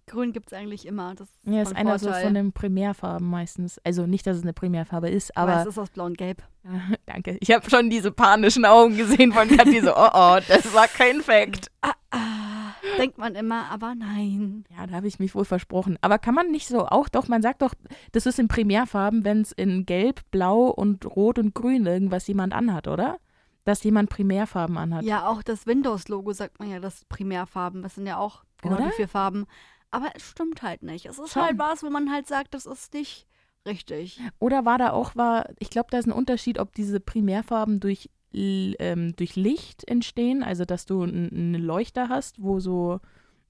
Speaker 1: Grün gibt es eigentlich immer. Das ist
Speaker 2: Ja, ist
Speaker 1: von
Speaker 2: einer so
Speaker 1: Vorteil.
Speaker 2: von den Primärfarben meistens. Also nicht, dass es eine Primärfarbe ist,
Speaker 1: aber, es
Speaker 2: aber.
Speaker 1: ist aus blau und gelb.
Speaker 2: Danke. Ich habe schon diese panischen Augen gesehen von Kathi, so, oh oh, das war kein Fact.
Speaker 1: Ah, ah, denkt man immer, aber nein.
Speaker 2: Ja, da habe ich mich wohl versprochen. Aber kann man nicht so auch, doch, man sagt doch, das ist in Primärfarben, wenn es in Gelb, Blau und Rot und Grün irgendwas jemand anhat, oder? Dass jemand Primärfarben anhat.
Speaker 1: Ja, auch das Windows-Logo sagt man ja, das sind Primärfarben. Das sind ja auch genau
Speaker 2: Oder?
Speaker 1: die vier Farben. Aber es stimmt halt nicht. Es ist
Speaker 2: Schon.
Speaker 1: halt was, wo man halt sagt, das ist nicht richtig.
Speaker 2: Oder war da auch, war, ich glaube, da ist ein Unterschied, ob diese Primärfarben durch, L- ähm, durch Licht entstehen, also dass du n- einen Leuchter hast, ne wo so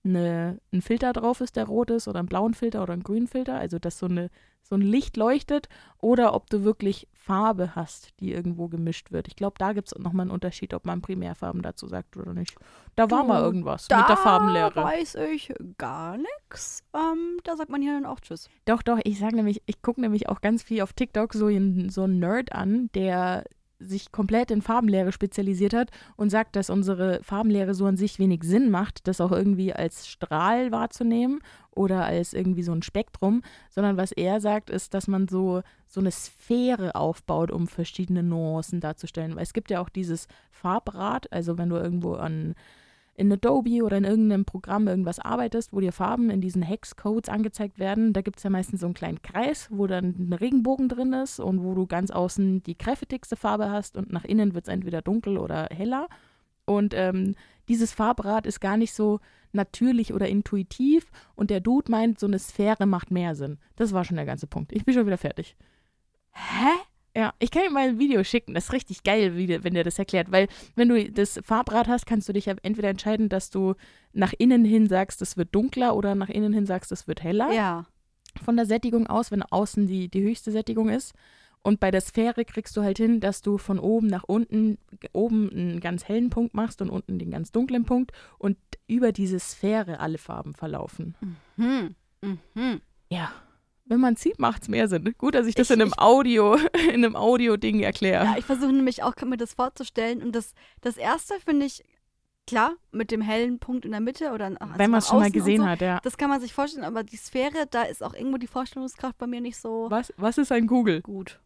Speaker 2: eine, ein Filter drauf ist, der rot ist, oder einen blauen Filter oder einen grünen Filter, also dass so, eine, so ein Licht leuchtet, oder ob du wirklich Farbe hast, die irgendwo gemischt wird. Ich glaube, da gibt es nochmal einen Unterschied, ob man Primärfarben dazu sagt oder nicht. Da war
Speaker 1: Du,
Speaker 2: mal irgendwas
Speaker 1: da
Speaker 2: mit der Farbenlehre.
Speaker 1: weiß ich gar nichts. Ähm, da sagt man hier dann auch Tschüss.
Speaker 2: Doch, doch, ich sage nämlich, ich gucke nämlich auch ganz viel auf TikTok so einen, so einen Nerd an, der sich komplett in Farbenlehre spezialisiert hat und sagt, dass unsere Farbenlehre so an sich wenig Sinn macht, das auch irgendwie als Strahl wahrzunehmen oder als irgendwie so ein Spektrum, sondern was er sagt, ist, dass man so, so eine Sphäre aufbaut, um verschiedene Nuancen darzustellen. Weil es gibt ja auch dieses Farbrad, also wenn du irgendwo an in Adobe oder in irgendeinem Programm irgendwas arbeitest, wo dir Farben in diesen Hexcodes angezeigt werden, da gibt es ja meistens so einen kleinen Kreis, wo dann ein Regenbogen drin ist und wo du ganz außen die kräftigste Farbe hast und nach innen wird es entweder dunkel oder heller. Und ähm, dieses Farbrad ist gar nicht so natürlich oder intuitiv und der Dude meint, so eine Sphäre macht mehr Sinn. Das war schon der ganze Punkt. Ich bin schon wieder fertig.
Speaker 1: Hä?
Speaker 2: Ja, ich kann ihm mal ein Video schicken. Das ist richtig geil, wie, der- wenn der das erklärt. Weil, wenn du das Farbrad hast, kannst du dich ja entweder entscheiden, dass du nach innen hin sagst, es wird dunkler oder nach innen hin sagst, es wird heller.
Speaker 1: Ja.
Speaker 2: Von der Sättigung aus, wenn außen die, die höchste Sättigung ist. Und bei der Sphäre kriegst du halt hin, dass du von oben nach unten, g- oben einen ganz hellen Punkt machst und unten den ganz dunklen Punkt. Und über diese Sphäre alle Farben verlaufen.
Speaker 1: Hm. Mhm.
Speaker 2: Ja. Wenn man sieht, macht's mehr Sinn. Gut, dass ich das
Speaker 1: Ich-
Speaker 2: in einem
Speaker 1: ich-
Speaker 2: Audio, in einem Audio-Ding erkläre.
Speaker 1: Ja, ich versuche nämlich auch, mir das vorzustellen. Und das, das erste finde ich, klar, mit dem hellen Punkt in der Mitte oder an- also
Speaker 2: Wenn man es
Speaker 1: nach
Speaker 2: schon mal
Speaker 1: außen und
Speaker 2: gesehen
Speaker 1: so,
Speaker 2: hat, ja.
Speaker 1: Das kann man sich vorstellen, aber die Sphäre, da ist auch irgendwo die Vorstellungskraft bei mir nicht so
Speaker 2: Was, was ist ein Kugel?
Speaker 1: gut.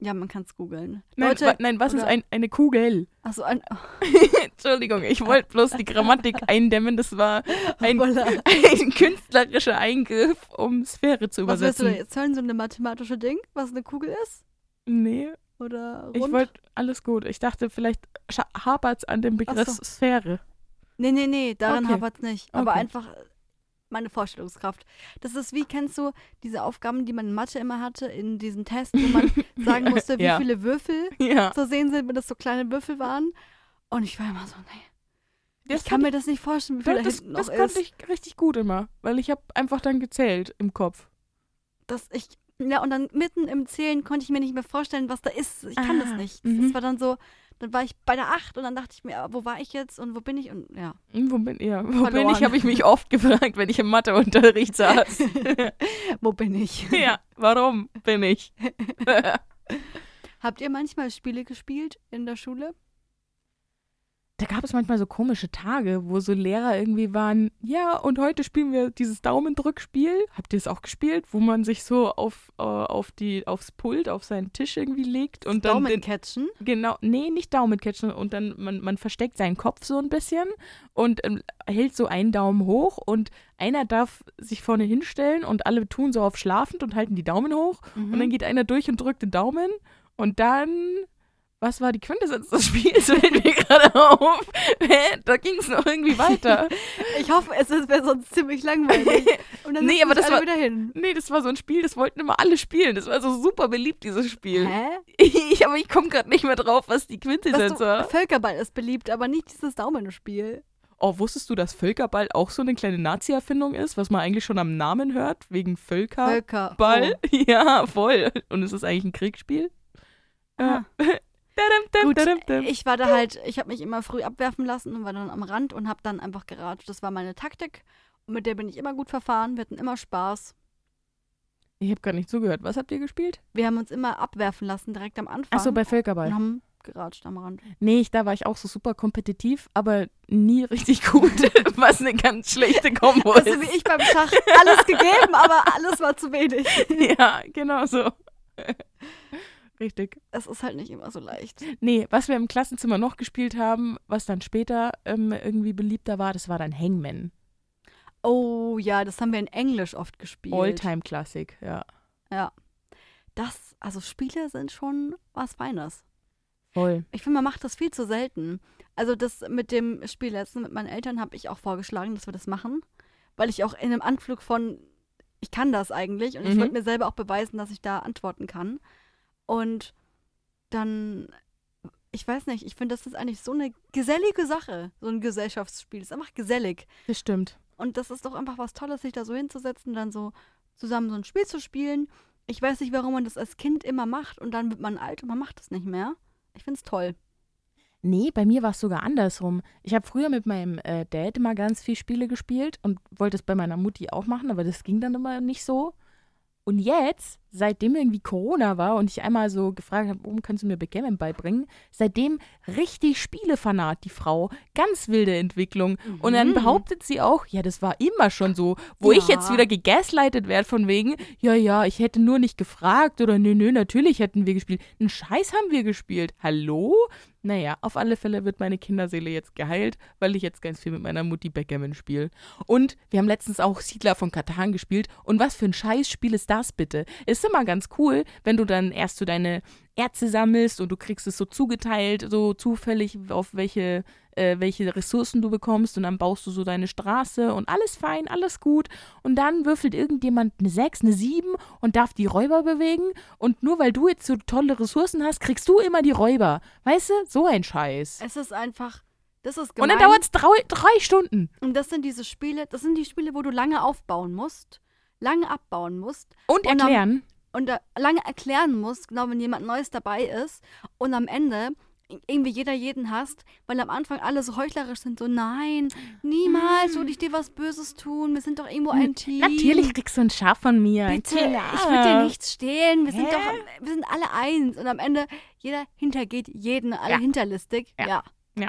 Speaker 1: Ja, man kann es googeln.
Speaker 2: Nein, wa,
Speaker 1: Leute,
Speaker 2: nein was ist
Speaker 1: oder-
Speaker 2: ein, eine Kugel?
Speaker 1: also ein
Speaker 2: Entschuldigung, ich wollte bloß die Grammatik eindämmen. Das war ein,
Speaker 1: Voilà.
Speaker 2: ein künstlerischer Eingriff, um Sphäre zu
Speaker 1: Was willst du denn
Speaker 2: übersetzen.
Speaker 1: jetzt hören? So eine mathematische Ding, was eine Kugel ist?
Speaker 2: Nee,
Speaker 1: Oder rund?
Speaker 2: ich wollte alles gut. Ich dachte, vielleicht hapert es an dem Begriff
Speaker 1: Ach so.
Speaker 2: Sphäre.
Speaker 1: Nee, nee, nee, daran
Speaker 2: Okay.
Speaker 1: hapert es nicht. Aber
Speaker 2: Okay.
Speaker 1: einfach äh, meine Vorstellungskraft. Das ist wie, kennst du diese Aufgaben, die man in Mathe immer hatte, in diesen Tests, wo man sagen musste, wie
Speaker 2: Ja.
Speaker 1: viele Würfel
Speaker 2: Ja,
Speaker 1: zu sehen sind, wenn das so kleine Würfel waren. Und ich war immer so, nee,
Speaker 2: das
Speaker 1: ich kann mir das nicht vorstellen, wie viel da
Speaker 2: das, das,
Speaker 1: hinten noch
Speaker 2: das
Speaker 1: ist.
Speaker 2: konnte ich richtig gut immer, weil ich habe einfach dann gezählt im Kopf.
Speaker 1: dass ich. Ja, und dann mitten im Zählen konnte ich mir nicht mehr vorstellen, was da ist. Ich kann das
Speaker 2: Ah,
Speaker 1: nicht.
Speaker 2: mhm.
Speaker 1: Das war dann so, dann war ich bei der 8 und dann dachte ich mir, ah, wo war ich jetzt und wo bin ich? Und ja.
Speaker 2: Hm, Wo bin, ja, wo bin
Speaker 1: Verloren.
Speaker 2: ich, habe ich mich oft gefragt, wenn ich im Matheunterricht saß.
Speaker 1: Wo bin ich?
Speaker 2: Ja, warum bin ich? da
Speaker 1: Habt ihr manchmal Spiele gespielt in der Schule?
Speaker 2: gab es manchmal so komische Tage, wo so Lehrer irgendwie waren, ja, und heute spielen wir dieses Daumendrückspiel. Habt ihr es auch gespielt? Wo man sich so auf, äh, auf die, aufs Pult, auf seinen Tisch irgendwie legt und dann den,
Speaker 1: Daumencatchen?
Speaker 2: Genau, nee, nicht Daumencatchen. Und dann, man, man versteckt seinen Kopf so ein bisschen und ähm, hält so einen Daumen hoch und einer darf sich vorne hinstellen und alle tun so auf schlafend und halten die Daumen hoch. Und dann geht einer durch und drückt den Daumen und dann, was war die Quintessenz des Spiels? Fällt mir gerade auf. Hä? Da ging es noch irgendwie weiter.
Speaker 1: Ich hoffe, es ist- wäre sonst ziemlich langweilig. Und dann
Speaker 2: Nee,
Speaker 1: setzen
Speaker 2: aber
Speaker 1: sich
Speaker 2: das
Speaker 1: alle
Speaker 2: war-
Speaker 1: wieder hin.
Speaker 2: nee, das war so ein Spiel, das wollten immer alle spielen. Das war so super beliebt, dieses Spiel.
Speaker 1: Hä?
Speaker 2: Ich, aber ich komme gerade nicht mehr drauf, was die
Speaker 1: Was
Speaker 2: Quintessenz war.
Speaker 1: du, Völkerball ist beliebt, aber nicht dieses Daumenspiel.
Speaker 2: Oh, wusstest du, dass Völkerball auch so eine kleine Nazi-Erfindung ist, was man eigentlich schon am Namen hört, wegen Völkerball?
Speaker 1: Völkerball.
Speaker 2: Ja, voll. Und es ist eigentlich ein Kriegsspiel. Ja. Dadam, dam,
Speaker 1: Gut,
Speaker 2: dadam, dam.
Speaker 1: ich war da halt, ich habe mich immer früh abwerfen lassen und war dann am Rand und habe dann einfach geratscht. Das war meine Taktik und mit der bin ich immer gut verfahren. Wir hatten immer Spaß.
Speaker 2: Ich habe gar nicht zugehört. Was habt ihr gespielt?
Speaker 1: Wir haben uns immer abwerfen lassen direkt am Anfang Genau.
Speaker 2: Achso, bei
Speaker 1: und
Speaker 2: Völkerball.
Speaker 1: haben geratscht am Rand.
Speaker 2: Nee, ich, da war ich auch so super kompetitiv, aber nie richtig gut, was eine ganz schlechte Kombo ist.
Speaker 1: Also wie ich beim Schach alles gegeben, aber alles war zu wenig.
Speaker 2: ja, genau so. richtig.
Speaker 1: Es ist halt nicht immer so leicht.
Speaker 2: Nee, was wir im Klassenzimmer noch gespielt haben, was dann später ähm, irgendwie beliebter war, das war dann Hangman.
Speaker 1: Oh ja, das haben wir in Englisch oft gespielt.
Speaker 2: Alltime-Klassik, ja.
Speaker 1: Das, also Spiele sind schon was Feines.
Speaker 2: Voll.
Speaker 1: Ich finde, man macht das viel zu selten. Also das mit dem Spiel letztens mit meinen Eltern habe ich auch vorgeschlagen, dass wir das machen, weil ich auch in einem Anflug von ich kann das eigentlich und ich
Speaker 2: Mhm.
Speaker 1: wollte mir selber auch beweisen, dass ich da antworten kann. Und dann ich weiß nicht, ich finde, das ist eigentlich so eine gesellige Sache, so ein Gesellschaftsspiel. Ist einfach gesellig.
Speaker 2: Das stimmt.
Speaker 1: Und das ist doch einfach was Tolles, sich da so hinzusetzen, dann so zusammen so ein Spiel zu spielen. Ich weiß nicht, warum man das als Kind immer macht und dann wird man alt und man macht es nicht mehr. Ich finde es toll.
Speaker 2: Nee, bei mir war es sogar andersrum. Ich habe früher mit meinem äh, Dad immer ganz viel Spiele gespielt und wollte es bei meiner Mutti auch machen, aber das ging dann immer nicht so. Und jetzt, seitdem irgendwie Corona war und ich einmal so gefragt habe, oben kannst du mir Backgammon beibringen, seitdem richtig Spielefanat, die Frau. Ganz wilde Entwicklung. Und dann
Speaker 1: Mhm.
Speaker 2: behauptet sie auch, ja, das war immer schon so. Wo ich
Speaker 1: Ja.
Speaker 2: jetzt wieder gegaslightet werde von wegen, ja, ja, ich hätte nur nicht gefragt oder nö, nö, natürlich hätten wir gespielt. Einen Scheiß haben wir gespielt. Hallo? Naja, auf alle Fälle wird meine Kinderseele jetzt geheilt, weil ich jetzt ganz viel mit meiner Mutti Backgammon spiele. Und wir haben letztens auch Siedler von Katan gespielt. Und was für ein Scheißspiel ist das bitte? Ist immer ganz cool, wenn du dann erst so deine Erze sammelst und du kriegst es so zugeteilt, so zufällig, auf welche, äh, welche Ressourcen du bekommst. Und dann baust du so deine Straße und alles fein, alles gut. Und dann würfelt irgendjemand eine 6, eine 7 und darf die Räuber bewegen. Und nur weil du jetzt so tolle Ressourcen hast, kriegst du immer die Räuber. Weißt du? So ein Scheiß.
Speaker 1: Es ist einfach, das ist
Speaker 2: Und
Speaker 1: gemein.
Speaker 2: dann dauert es drei, drei Stunden.
Speaker 1: Und das sind diese Spiele, das sind die Spiele, wo du lange aufbauen musst, lange abbauen musst
Speaker 2: Und
Speaker 1: Und am-
Speaker 2: erklären.
Speaker 1: und da lange erklären musst, genau wenn jemand Neues dabei ist und am Ende irgendwie jeder jeden hasst, weil am Anfang alle so heuchlerisch sind, so nein, niemals würde ich dir was Böses tun, wir sind doch irgendwo ein Team.
Speaker 2: Mhm. Natürlich kriegst du ein Schaf von mir.
Speaker 1: Bitte,
Speaker 2: Chill
Speaker 1: ich würde dir
Speaker 2: out.
Speaker 1: nichts stehlen. Wir sind
Speaker 2: Hä?
Speaker 1: doch, wir sind alle eins. Und am Ende, jeder hintergeht jeden, alle
Speaker 2: Ja.
Speaker 1: hinterlistig.
Speaker 2: Ja.
Speaker 1: Ja.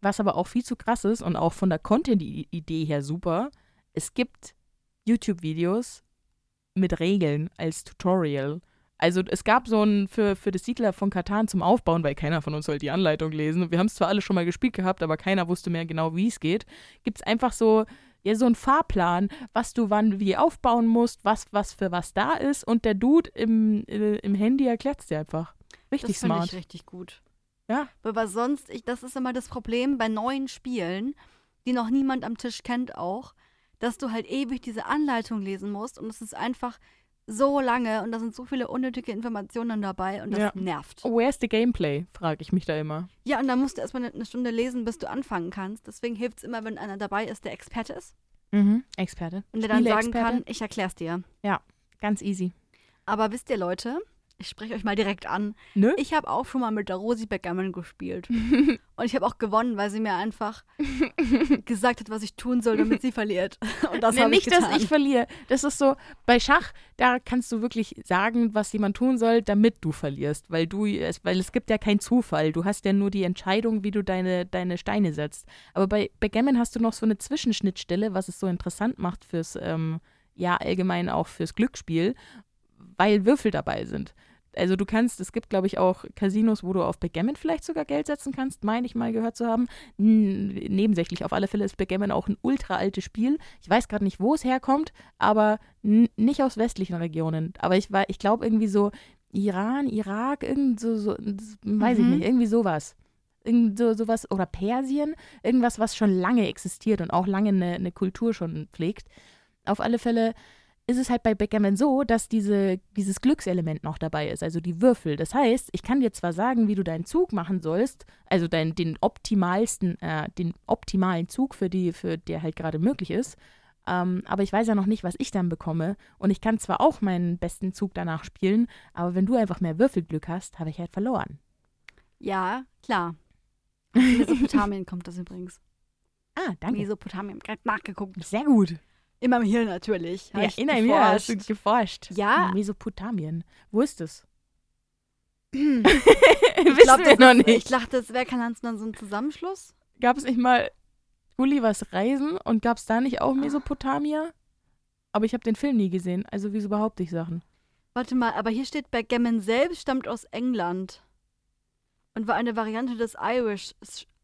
Speaker 2: Was aber auch viel zu krass ist und auch von der Content-Idee her super, es gibt YouTube-Videos mit Regeln als Tutorial. Also es gab so ein für, für das Siedler von Katan zum Aufbauen, weil keiner von uns wollte die Anleitung lesen. Wir haben es zwar alle schon mal gespielt gehabt, aber keiner wusste mehr genau, wie es geht. Gibt es einfach so, ja, so einen Fahrplan, was du wann wie aufbauen musst, was, was für was da ist und der Dude im, äh, im Handy erklärt es dir einfach. Richtig
Speaker 1: das finde
Speaker 2: smart.
Speaker 1: ich richtig gut.
Speaker 2: Ja.
Speaker 1: Aber sonst, ich, das ist immer das Problem bei neuen Spielen, die noch niemand am Tisch kennt auch, dass du halt ewig diese Anleitung lesen musst und es ist einfach so lange und da sind so viele unnötige Informationen dabei und das
Speaker 2: Ja. Oh.
Speaker 1: nervt.
Speaker 2: Where's the Gameplay? frage ich mich da immer.
Speaker 1: Ja, und dann musst du erstmal eine Stunde lesen, bis du anfangen kannst. Deswegen hilft es immer, wenn einer dabei ist, der Experte ist
Speaker 2: Mhm, Experte.
Speaker 1: und der dann sagen
Speaker 2: Spieleexperte.
Speaker 1: kann, ich erklär's dir.
Speaker 2: Ganz easy.
Speaker 1: Aber wisst ihr, Leute, ich spreche euch mal direkt an.
Speaker 2: Nö?
Speaker 1: Ich habe auch schon mal mit der Rosi Backgammon gespielt. Und ich habe auch gewonnen, weil sie mir einfach gesagt hat, was ich tun soll, damit sie verliert. Und das
Speaker 2: Nee,
Speaker 1: habe ich
Speaker 2: nicht,
Speaker 1: getan.
Speaker 2: dass ich verliere. Das ist so, bei Schach, da kannst du wirklich sagen, was jemand tun soll, damit du verlierst. Weil du, es, weil es gibt ja keinen Zufall. Du hast ja nur die Entscheidung, wie du deine, deine Steine setzt. Aber bei Backgammon hast du noch so eine Zwischenschnittstelle, was es so interessant macht fürs, ähm, ja, allgemein auch fürs Glücksspiel, weil Würfel dabei sind. Also du kannst, es gibt glaube ich auch Casinos, wo du auf Backgammon vielleicht sogar Geld setzen kannst, meine ich mal gehört zu haben. N nebensächlich, auf alle Fälle ist Backgammon auch ein ultra altes Spiel. Ich weiß gerade nicht, wo es herkommt, aber n- nicht aus westlichen Regionen. Aber ich, wei- ich glaube irgendwie so Iran, Irak, irgend so, so das weiß ich
Speaker 1: Mhm.
Speaker 2: nicht, irgendwie sowas. Irgend so, sowas oder Persien, irgendwas, was schon lange existiert und auch lange eine eine Kultur schon pflegt. Auf alle Fälle ist es halt bei Backgammon so, dass diese, dieses Glückselement noch dabei ist, also die Würfel. Das heißt, ich kann dir zwar sagen, wie du deinen Zug machen sollst, also dein, den optimalsten, äh, den optimalen Zug für die, für der halt gerade möglich ist, ähm, aber ich weiß ja noch nicht, was ich dann bekomme. Und ich kann zwar auch meinen besten Zug danach spielen, aber wenn du einfach mehr Würfelglück hast, habe ich halt verloren.
Speaker 1: ja, klar. Aus Mesopotamien kommt das übrigens.
Speaker 2: Ah, danke.
Speaker 1: Mesopotamien, gerade nachgeguckt.
Speaker 2: Sehr gut.
Speaker 1: In meinem Hirn natürlich. hab
Speaker 2: Ja,
Speaker 1: ich
Speaker 2: in einem Jahr hast du
Speaker 1: geforscht.
Speaker 2: geforscht.
Speaker 1: Ja.
Speaker 2: Mesopotamien. Wo ist es?
Speaker 1: Ich
Speaker 2: Wissen
Speaker 1: glaub, das
Speaker 2: wir noch
Speaker 1: ist-
Speaker 2: nicht.
Speaker 1: Ich dachte, das wäre kein dann so ein Zusammenschluss.
Speaker 2: gab es nicht mal Gullivers Reisen und gab es da nicht auch Mesopotamia? Aber ich habe den Film nie gesehen, also wieso behaupte ich Sachen?
Speaker 1: Warte mal, aber hier steht, Backgammon selbst stammt aus England und war eine Variante des Irish,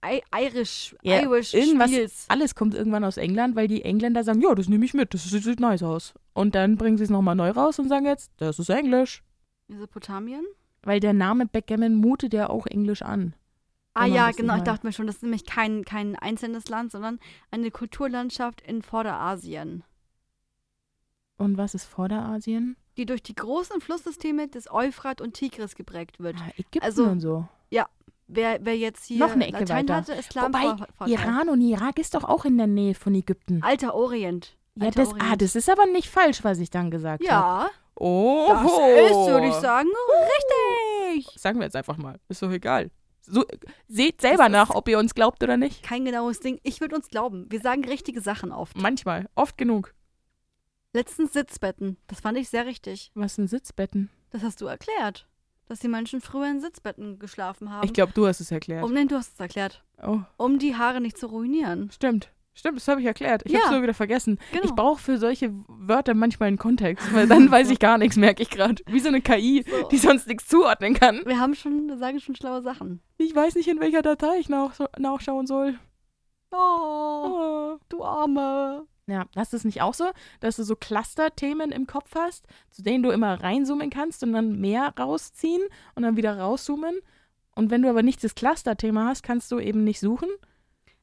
Speaker 1: I, Irish,
Speaker 2: Ja,
Speaker 1: Irish
Speaker 2: irgendwas-
Speaker 1: Spiels.
Speaker 2: Alles kommt irgendwann aus England, weil die Engländer sagen, ja, das nehme ich mit, das sieht, sieht nice aus. Und dann bringen sie es nochmal neu raus und sagen jetzt, das ist Englisch.
Speaker 1: Mesopotamien?
Speaker 2: Weil der Name Backgammon mutet ja auch Englisch an.
Speaker 1: Ah
Speaker 2: wenn man
Speaker 1: ja,
Speaker 2: das
Speaker 1: genau. Ich
Speaker 2: mal-
Speaker 1: dachte mir schon, das ist nämlich kein, kein einzelnes Land, sondern eine Kulturlandschaft in Vorderasien,
Speaker 2: Und was ist Vorderasien?
Speaker 1: die durch die großen Flusssysteme des Euphrat und Tigris geprägt wird.
Speaker 2: Ah, Ägypten
Speaker 1: Also-
Speaker 2: und so.
Speaker 1: wer, wer jetzt hier
Speaker 2: Ah. Noch eine Ecke
Speaker 1: Latein
Speaker 2: weiter.
Speaker 1: hatte, Islam
Speaker 2: Wobei,
Speaker 1: vor, vor
Speaker 2: Iran und Irak ist doch auch in der Nähe von Ägypten.
Speaker 1: Alter Orient.
Speaker 2: Ja,
Speaker 1: Alter
Speaker 2: das, halt.
Speaker 1: Orient.
Speaker 2: ah, das ist aber nicht falsch, was ich dann gesagt habe.
Speaker 1: Ja,
Speaker 3: Oh,
Speaker 1: das ist, würde ich sagen, richtig.
Speaker 3: Sagen wir jetzt einfach mal. Ist doch egal. So, seht selber
Speaker 1: ist-
Speaker 3: nach, ob ihr uns glaubt oder nicht.
Speaker 1: Kein genaues Ding. Ich würde uns glauben. Wir sagen richtige Sachen oft.
Speaker 3: Manchmal, oft genug.
Speaker 1: Letztens Sitzbetten. Das fand ich sehr richtig.
Speaker 2: Was sind Sitzbetten?
Speaker 1: Das hast du erklärt. Dass die Menschen früher in Sitzbetten geschlafen haben.
Speaker 3: Ich glaube, du hast es erklärt.
Speaker 1: um, nein, du hast es erklärt.
Speaker 3: Oh,
Speaker 1: Um die Haare nicht zu ruinieren.
Speaker 3: stimmt. Stimmt, das habe ich erklärt. Ich
Speaker 1: Ja.
Speaker 3: habe es nur wieder vergessen.
Speaker 1: Genau.
Speaker 3: Ich brauche für solche Wörter manchmal einen Kontext, weil dann weiß ich gar nichts, merke ich gerade. Wie so eine KI,
Speaker 1: So.
Speaker 3: die sonst nichts zuordnen kann.
Speaker 1: wir haben schon, wir sagen schon schlaue Sachen.
Speaker 3: Ich weiß nicht, in welcher Datei ich nach, nachschauen soll.
Speaker 1: Oh,
Speaker 3: Oh.
Speaker 1: du Arme.
Speaker 2: Ja, hast du es nicht auch so, dass du so Cluster-Themen im Kopf hast, zu denen du immer reinzoomen kannst und dann mehr rausziehen und dann wieder rauszoomen? Und wenn du aber nicht das Cluster-Thema hast, kannst du eben nicht suchen.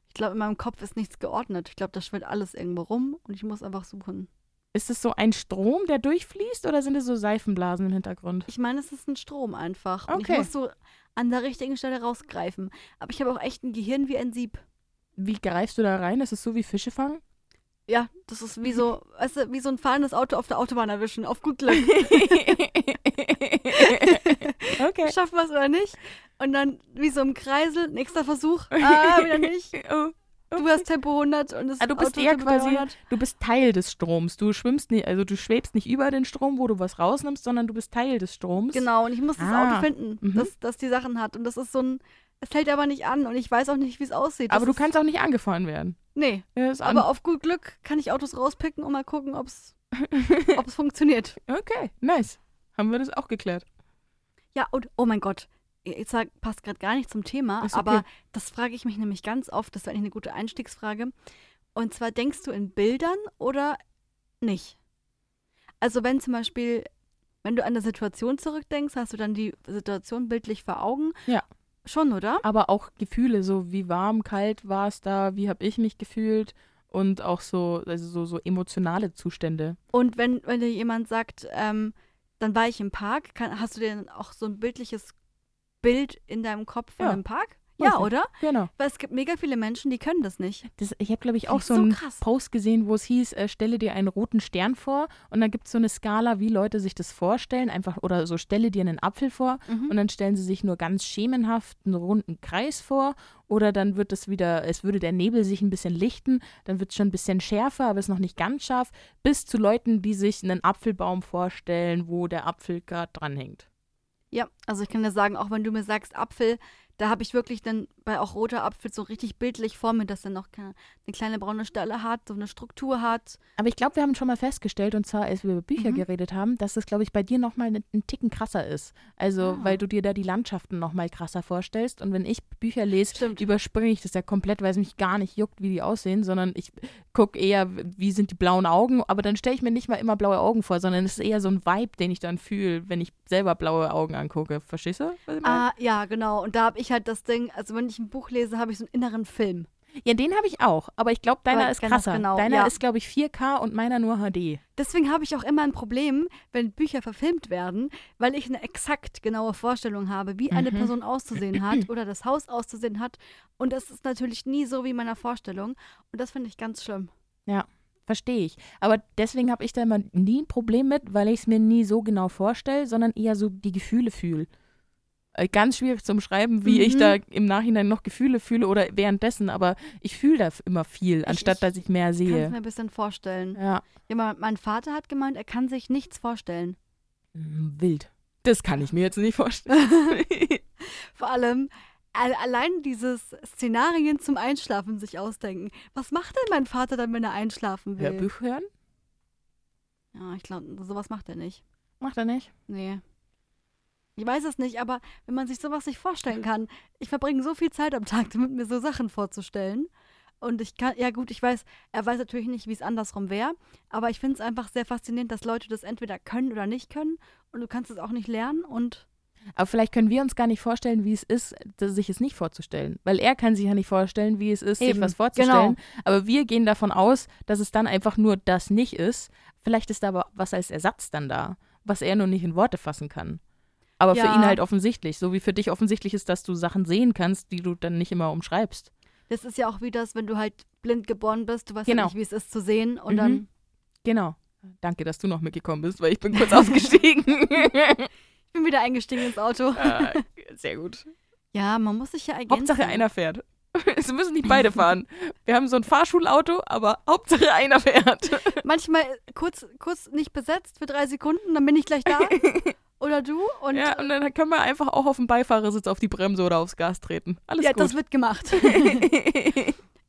Speaker 1: Ich glaube, in meinem Kopf ist nichts geordnet. Ich glaube, da schwirrt alles irgendwo rum und ich muss einfach suchen.
Speaker 2: Ist es so ein Strom, der durchfließt oder sind es so Seifenblasen im Hintergrund?
Speaker 1: Ich meine, es ist ein Strom einfach. Und ich
Speaker 2: Okay.
Speaker 1: muss so an der richtigen Stelle rausgreifen. Aber ich habe auch echt ein Gehirn wie ein Sieb.
Speaker 2: Wie greifst du da rein? Ist es so wie Fische fangen?
Speaker 1: Ja, das ist wie so, weißt du, wie so ein fahrendes Auto auf der Autobahn erwischen. Auf gut Glück.
Speaker 2: okay.
Speaker 1: Schaffen wir es oder nicht? Und dann wie so im Kreisel, nächster Versuch. Ah, wieder nicht.
Speaker 2: Oh.
Speaker 1: Du hast Tempo 100 und das
Speaker 2: Ah, du bist
Speaker 1: Auto
Speaker 2: eher
Speaker 1: Tempo
Speaker 2: quasi-
Speaker 1: 300.
Speaker 2: Du bist Teil des Stroms. Du schwimmst nicht, also du schwebst nicht über den Strom, wo du was rausnimmst, sondern du bist Teil des Stroms.
Speaker 1: Genau, und ich muss das
Speaker 2: Ah,
Speaker 1: Auto finden,
Speaker 2: mhm.
Speaker 1: das, das die Sachen hat. Und das ist so ein, es hält aber nicht an und ich weiß auch nicht, wie es aussieht. Das
Speaker 2: Aber du
Speaker 1: ist,
Speaker 2: kannst auch nicht angefahren werden.
Speaker 1: Nee,
Speaker 2: Ja, ist an-
Speaker 1: aber auf gut Glück kann ich Autos rauspicken und mal gucken, ob es ob's funktioniert.
Speaker 2: okay, nice. Haben wir das auch geklärt.
Speaker 1: Ja, und oh mein Gott, jetzt sag- passt gerade gar nicht zum Thema,
Speaker 2: Ist okay.
Speaker 1: aber das frage ich mich nämlich ganz oft. Das wäre eigentlich eine gute Einstiegsfrage. Und zwar, denkst du in Bildern oder nicht? Also, wenn zum Beispiel, wenn du an eine Situation zurückdenkst, hast du dann die Situation bildlich vor Augen?
Speaker 2: Ja.
Speaker 1: Schon, oder?
Speaker 2: Aber auch Gefühle, so wie warm, kalt war es da, wie habe ich mich gefühlt und auch so, also so, so emotionale Zustände.
Speaker 1: Und wenn, wenn dir jemand sagt, ähm, dann war ich im Park, kann, hast du dir dann auch so ein bildliches Bild in deinem Kopf von
Speaker 2: Ja.
Speaker 1: einem Park?
Speaker 2: Weiß
Speaker 1: Ja,
Speaker 2: nicht.
Speaker 1: oder?
Speaker 2: Genau.
Speaker 1: Weil es gibt mega viele Menschen, die können das nicht.
Speaker 2: Das, ich habe, glaube ich,
Speaker 1: Finde
Speaker 2: auch
Speaker 1: ich
Speaker 2: so
Speaker 1: so
Speaker 2: einen
Speaker 1: krass.
Speaker 2: Post gesehen, wo es hieß, äh, stelle dir einen roten Stern vor und dann gibt es so eine Skala, wie Leute sich das vorstellen, einfach oder so stelle dir einen Apfel vor
Speaker 1: Mhm.
Speaker 2: und dann stellen sie sich nur ganz schemenhaft einen runden Kreis vor oder dann wird es wieder, es würde der Nebel sich ein bisschen lichten, dann wird es schon ein bisschen schärfer, aber ist noch nicht ganz scharf, bis zu Leuten, die sich einen Apfelbaum vorstellen, wo der Apfel gerade dranhängt.
Speaker 1: Ja, also ich kann dir sagen, auch wenn du mir sagst Apfel, da habe ich wirklich dann bei auch roter Apfel so richtig bildlich vor mir, dass er noch keine, eine kleine braune Stelle hat, so eine Struktur hat.
Speaker 2: Aber ich glaube, wir haben schon mal festgestellt, und zwar, als wir über Bücher
Speaker 1: Mhm.
Speaker 2: geredet haben, dass das, glaube ich, bei dir nochmal einen, einen Ticken krasser ist. Also,
Speaker 1: Ah.
Speaker 2: weil du dir da die Landschaften nochmal krasser vorstellst. Und wenn ich Bücher lese,
Speaker 1: Stimmt.
Speaker 2: überspringe ich das ja komplett, weil es mich gar nicht juckt, wie die aussehen, sondern ich gucke eher, wie sind die blauen Augen. Aber dann stelle ich mir nicht mal immer blaue Augen vor, sondern es ist eher so ein Vibe, den ich dann fühle, wenn ich selber blaue Augen angucke. Verstehst du? Was ich meine?
Speaker 1: Ah, ja, genau. Und da habe ich halt das Ding, also wenn ich ein Buch lese, habe ich so einen inneren Film.
Speaker 2: Ja, den habe ich auch. Aber ich glaube, deiner
Speaker 1: Aber
Speaker 2: ist
Speaker 1: ganz
Speaker 2: krasser.
Speaker 1: genau,
Speaker 2: deiner
Speaker 1: ja.
Speaker 2: ist, glaube ich, 4K und meiner nur HD.
Speaker 1: Deswegen habe ich auch immer ein Problem, wenn Bücher verfilmt werden, weil ich eine exakt genaue Vorstellung habe, wie eine
Speaker 2: Mhm.
Speaker 1: Person auszusehen hat oder das Haus auszusehen hat. Und das ist natürlich nie so wie in meiner Vorstellung. Und das finde ich ganz schlimm.
Speaker 2: Verstehe ich. Aber deswegen habe ich da immer nie ein Problem mit, weil ich es mir nie so genau vorstelle, sondern eher so die Gefühle fühle. Äh, Ganz schwierig zum Schreiben, wie ich
Speaker 1: Mhm.
Speaker 2: da im Nachhinein noch Gefühle fühle oder währenddessen, aber ich fühle da f- immer viel, anstatt
Speaker 1: ich
Speaker 2: dass ich mehr
Speaker 1: Ich kann es
Speaker 2: sehe.
Speaker 1: mir ein bisschen vorstellen.
Speaker 2: Ja,
Speaker 1: Ja, mein, mein Vater hat gemeint, er kann sich nichts vorstellen. Mhm,
Speaker 2: Hm, wild. Das kann ich mir jetzt nicht vorstellen.
Speaker 1: Vor allem al- allein dieses Szenarien zum Einschlafen sich ausdenken. Was macht denn mein Vater dann, wenn er einschlafen will?
Speaker 2: Hörbuch hören?
Speaker 1: Ja, ich glaube, sowas macht er nicht.
Speaker 2: Macht er nicht.
Speaker 1: Nee. Ich weiß es nicht, aber wenn man sich sowas nicht vorstellen kann, ich verbringe so viel Zeit am Tag damit, mir so Sachen vorzustellen. Und ich kann, ja gut, ich weiß, er weiß natürlich nicht, wie es andersrum wäre, aber ich finde es einfach sehr faszinierend, dass Leute das entweder können oder nicht können und du kannst es auch nicht lernen und
Speaker 2: Aber vielleicht können wir uns gar nicht vorstellen, wie es ist, das- sich es nicht vorzustellen. Weil er kann sich ja nicht vorstellen, wie es ist, sich
Speaker 1: Eben, genau.
Speaker 2: was vorzustellen. Aber wir gehen davon aus, dass es dann einfach nur das nicht ist. Vielleicht ist da aber was als Ersatz dann da, was er nur nicht in Worte fassen kann. Aber
Speaker 1: Ja.
Speaker 2: für ihn halt offensichtlich. So wie für dich offensichtlich ist, dass du Sachen sehen kannst, die du dann nicht immer umschreibst.
Speaker 1: Das ist ja auch wie das, wenn du halt blind geboren bist, du weißt
Speaker 2: Genau.
Speaker 1: ja nicht, wie es ist zu sehen und
Speaker 2: Mhm.
Speaker 1: dann
Speaker 2: Genau. Danke, dass du noch mitgekommen bist, weil ich bin kurz ausgestiegen.
Speaker 1: ich bin wieder eingestiegen ins Auto.
Speaker 2: Äh, sehr gut.
Speaker 1: Ja, man muss sich ja ergänzen.
Speaker 2: Hauptsache einer fährt. Es müssen nicht beide fahren. Wir haben so ein Fahrschulauto, aber Hauptsache einer fährt.
Speaker 1: Manchmal kurz, kurz nicht besetzt für drei Sekunden, dann bin ich gleich da. Oder du und
Speaker 2: ja, und dann können wir einfach auch auf dem Beifahrersitz auf die Bremse oder aufs Gas treten. Alles
Speaker 1: ja, das
Speaker 2: gut.
Speaker 1: wird gemacht.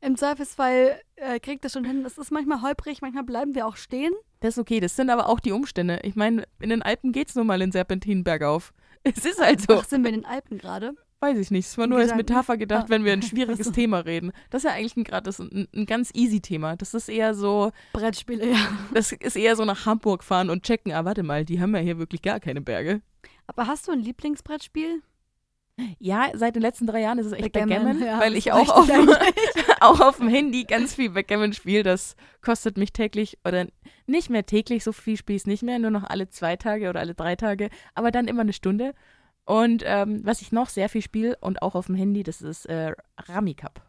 Speaker 1: Im Zweifelsfall äh, kriegt das schon hin. Das ist manchmal holprig, manchmal bleiben wir auch stehen.
Speaker 2: Das ist okay, das sind aber auch die Umstände. Ich meine, in den Alpen geht's nun mal in Serpentinen bergauf. Es ist halt so. ne?
Speaker 1: Ach, sind wir in den Alpen gerade?
Speaker 2: Weiß ich nicht. Es war
Speaker 1: Wie
Speaker 2: nur als
Speaker 1: gesagt,
Speaker 2: Metapher gedacht,
Speaker 1: ah,
Speaker 2: wenn wir ein schwieriges
Speaker 1: achso.
Speaker 2: Thema reden. Das ist ja eigentlich ein, gerade das- ein, ein ganz easy Thema. Das ist eher so,
Speaker 1: Brettspiele, ja.
Speaker 2: das ist eher so nach Hamburg fahren und checken. Ah, warte mal, die haben ja hier wirklich gar keine Berge.
Speaker 1: Aber hast du ein Lieblingsbrettspiel?
Speaker 2: Ja, seit den letzten drei Jahren ist es echt
Speaker 1: Backgammon,
Speaker 2: Backgammon,
Speaker 1: ja,
Speaker 2: weil ich
Speaker 1: das
Speaker 2: auch auf,
Speaker 1: reicht eigentlich.
Speaker 2: auch auf dem Handy ganz viel Backgammon spiele. Das kostet mich täglich oder nicht mehr täglich, so viel spiele ich nicht mehr, nur noch alle zwei Tage oder alle drei Tage, aber dann immer eine Stunde. Und ähm, was ich noch sehr viel spiele und auch auf dem Handy, das ist äh, Rami Cup.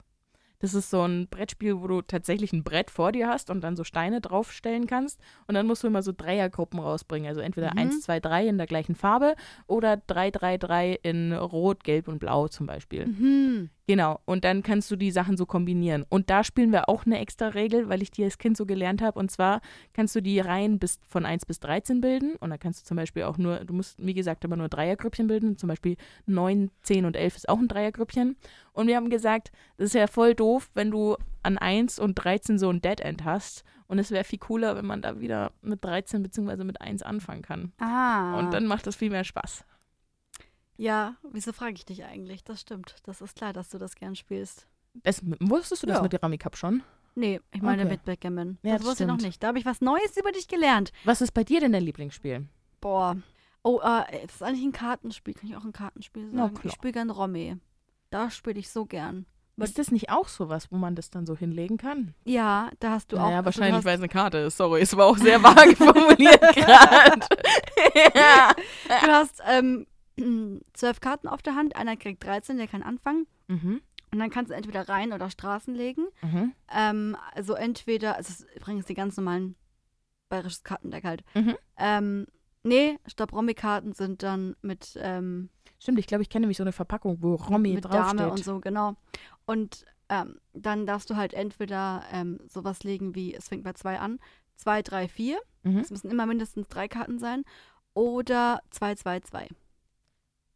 Speaker 2: Das ist so ein Brettspiel, wo du tatsächlich ein Brett vor dir hast und dann so Steine draufstellen kannst. Und dann musst du immer so Dreiergruppen rausbringen. Also entweder
Speaker 1: Mhm.
Speaker 2: 1, 2, 3 in der gleichen Farbe oder 3, 3, 3 in Rot, Gelb und Blau zum Beispiel.
Speaker 1: Mhm.
Speaker 2: Genau, und dann kannst du die Sachen so kombinieren. Und da spielen wir auch eine extra Regel, weil ich die als Kind so gelernt habe. Und zwar kannst du die Reihen bis, von 1 bis 13 bilden. Und da kannst du zum Beispiel auch nur, du musst, wie gesagt, immer nur Dreiergrüppchen bilden. Zum Beispiel 9, 10 und 11 ist auch ein Dreiergrüppchen. Und wir haben gesagt, das ist ja voll doof, wenn du an 1 und 13 so ein Dead End hast. Und es wäre viel cooler, wenn man da wieder mit 13 bzw. mit 1 anfangen kann.
Speaker 1: Ah.
Speaker 2: Und dann macht das viel mehr Spaß.
Speaker 1: Ja, wieso frage ich dich eigentlich? Das stimmt. Das ist klar, dass du das gern spielst.
Speaker 2: Das, wusstest du das
Speaker 1: Ja.
Speaker 2: mit der Rami Cup schon?
Speaker 1: Nee, ich meine
Speaker 2: Okay.
Speaker 1: mit Backgammon.
Speaker 2: Ja,
Speaker 1: das
Speaker 2: das
Speaker 1: wusste ich noch
Speaker 2: stimmt.
Speaker 1: nicht. Da habe ich was Neues über dich gelernt.
Speaker 2: Was ist bei dir denn dein Lieblingsspiel?
Speaker 1: Boah. Oh, äh, das ist eigentlich ein Kartenspiel. Kann ich auch ein Kartenspiel sagen?
Speaker 2: Na klar.
Speaker 1: Ich spiele gern Rommi. Da spiele ich so gern.
Speaker 2: Ist das nicht auch sowas, wo man das dann so hinlegen kann?
Speaker 1: Ja, da hast du auch.
Speaker 2: naja,
Speaker 1: also
Speaker 2: wahrscheinlich,
Speaker 1: du
Speaker 2: weil es eine Karte ist. Sorry, es war auch sehr vage formuliert gerade. ja.
Speaker 1: hast, äh, du hast ähm, zwölf Karten auf der Hand. Einer kriegt 13, der kann anfangen.
Speaker 2: Mhm.
Speaker 1: Und dann kannst du entweder Reihen oder Straßen legen.
Speaker 2: Mhm.
Speaker 1: Ähm, also entweder, also es ist übrigens die ganz normalen bayerisches Kartendeck halt.
Speaker 2: Mhm.
Speaker 1: Ähm, nee, statt Romy-Karten sind dann mit, ähm,
Speaker 2: Stimmt, ich glaube, ich kenne nämlich so eine Verpackung, wo Romy
Speaker 1: mit
Speaker 2: draufsteht.
Speaker 1: Dame und so, genau. Und ähm, dann darfst du halt entweder ähm, sowas legen wie, es fängt bei zwei an, zwei, drei, vier.
Speaker 2: Mhm.
Speaker 1: Es müssen immer mindestens drei Karten sein. Oder zwei, zwei, zwei.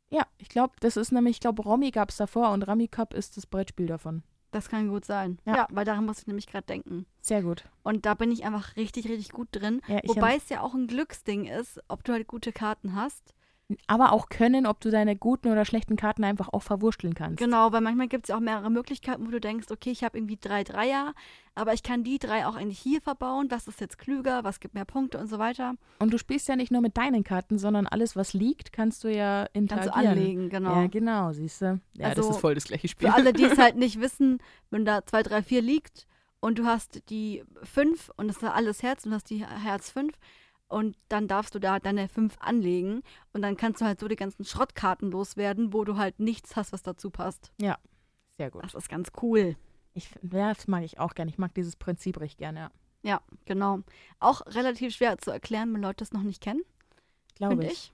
Speaker 2: Ja, ich glaube, das ist nämlich, ich glaube, Romy gab es davor und Rami Cup ist das Brettspiel davon.
Speaker 1: Das kann gut sein.
Speaker 2: Ja.
Speaker 1: Ja, weil daran muss ich nämlich gerade denken.
Speaker 2: Sehr gut.
Speaker 1: Und da bin ich einfach richtig, richtig gut drin.
Speaker 2: Ja, ich
Speaker 1: Wobei es ja auch ein Glücksding ist, ob du halt gute Karten hast.
Speaker 2: hab- aber auch können, ob du deine guten oder schlechten Karten einfach auch verwurschteln kannst.
Speaker 1: Genau, weil manchmal gibt es ja auch mehrere Möglichkeiten, wo du denkst, okay, ich habe irgendwie drei Dreier, aber ich kann die drei auch eigentlich hier verbauen. Was ist jetzt klüger? Was gibt mehr Punkte und so weiter?
Speaker 2: Und du spielst ja nicht nur mit deinen Karten, sondern alles, was liegt, kannst du ja
Speaker 1: Kannst du
Speaker 2: interagieren.
Speaker 1: anlegen, genau.
Speaker 2: Ja, genau, siehst du. Ja,
Speaker 1: Also,
Speaker 2: das ist voll das gleiche Spiel.
Speaker 1: Für alle, die es halt nicht wissen, wenn da zwei, drei, vier liegt und du hast die fünf und das ist alles Herz und du hast die Herz fünf und dann darfst du da deine fünf anlegen und dann kannst du halt so die ganzen Schrottkarten loswerden, wo du halt nichts hast, was dazu passt.
Speaker 2: Sehr gut.
Speaker 1: Das ist ganz cool.
Speaker 2: Ich, f- ja, das mag ich auch gerne. Ich mag dieses Prinzip recht gerne, ja.
Speaker 1: Ja, genau. Auch relativ schwer zu erklären, wenn Leute das noch nicht kennen,
Speaker 2: Glaube
Speaker 1: finde
Speaker 2: ich.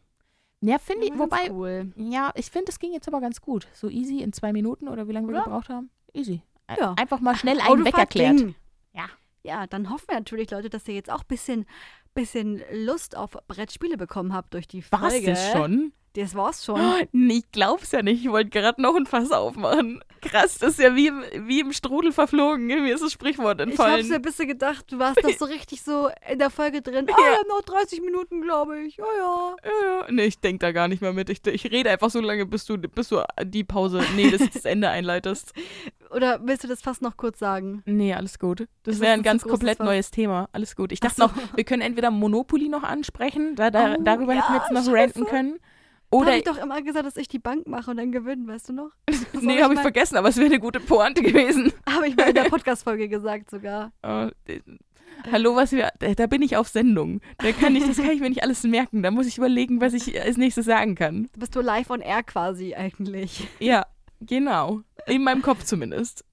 Speaker 1: ich.
Speaker 2: Ja, finde ich,
Speaker 1: Aber ganz
Speaker 2: wobei,
Speaker 1: cool.
Speaker 2: ja, ich finde, es ging jetzt aber ganz gut. So easy in zwei Minuten oder wie lange wir
Speaker 1: Ja.
Speaker 2: gebraucht haben. Easy. E-
Speaker 1: Ja.
Speaker 2: Einfach mal schnell einen
Speaker 1: Autofahrt
Speaker 2: weg erklärt.
Speaker 1: ging.
Speaker 2: Ja.
Speaker 1: Ja, dann hoffen wir natürlich, Leute, dass ihr jetzt auch ein bisschen, bisschen Lust auf Brettspiele bekommen habt durch die
Speaker 2: War's
Speaker 1: Folge.
Speaker 2: das schon?
Speaker 1: Das war's schon.
Speaker 2: Nee, ich glaub's ja nicht. Ich wollte gerade noch ein Fass aufmachen. Krass, das ist ja wie, im- wie im Strudel verflogen. Mir ist das Sprichwort
Speaker 1: Ich hab's mir ein bisschen gedacht, du warst doch so richtig so in der Folge drin. Ah, wir haben noch 30 Minuten, glaube ich. Ja, ja.
Speaker 2: Ja, ja. nee, ich denk da gar nicht mehr mit. Ich, ich rede einfach so lange, bis du, bis du die Pause, nee, das, das Ende einleitest.
Speaker 1: Oder willst du das fast noch kurz sagen?
Speaker 2: Nee, alles gut. Das
Speaker 1: Ist
Speaker 2: wäre
Speaker 1: das
Speaker 2: ein
Speaker 1: ein
Speaker 2: ganz
Speaker 1: großes
Speaker 2: komplett
Speaker 1: Fass?
Speaker 2: neues Thema. Alles gut. Ich
Speaker 1: Ach
Speaker 2: dachte noch, wir können entweder Monopoly noch ansprechen, da, da,
Speaker 1: Oh,
Speaker 2: darüber hätten wir
Speaker 1: ja,
Speaker 2: jetzt noch
Speaker 1: scheiße.
Speaker 2: ranten können.
Speaker 1: Oder
Speaker 2: Oder,
Speaker 1: hab ich doch immer gesagt, dass ich die Bank mache und dann gewinnen, weißt du noch? Das
Speaker 2: nee, habe ich
Speaker 1: mal-
Speaker 2: vergessen, aber es wäre eine gute Pointe gewesen.
Speaker 1: Oh, Habe ich mal in der Podcast-Folge gesagt sogar.
Speaker 2: Äh, Hallo, was wir. Da, da bin ich auf Sendung. Da kann ich, das kann ich mir nicht alles merken. Da muss ich überlegen, was ich als nächstes sagen kann.
Speaker 1: Bist du live on air quasi eigentlich?
Speaker 2: Ja, genau. In meinem Kopf zumindest.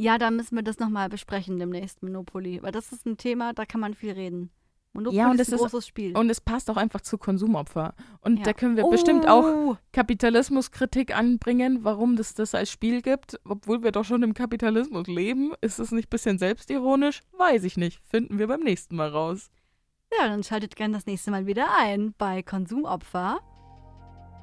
Speaker 1: Ja, da müssen wir das nochmal besprechen demnächst, Monopoly. Weil das ist ein Thema, da kann man viel reden. Monopoly
Speaker 2: Ja, und
Speaker 1: ist
Speaker 2: es
Speaker 1: ein
Speaker 2: ist-
Speaker 1: großes Spiel.
Speaker 2: Und es passt auch einfach zu Konsumopfer. Und
Speaker 1: Ja.
Speaker 2: da können wir bestimmt auch
Speaker 1: Oh,
Speaker 2: Kapitalismuskritik anbringen, warum das das als Spiel gibt, obwohl wir doch schon im Kapitalismus leben. Ist es nicht ein bisschen selbstironisch? Weiß ich nicht. Finden wir beim nächsten Mal raus.
Speaker 1: Ja, dann schaltet gern das nächste Mal wieder ein bei Konsumopfer.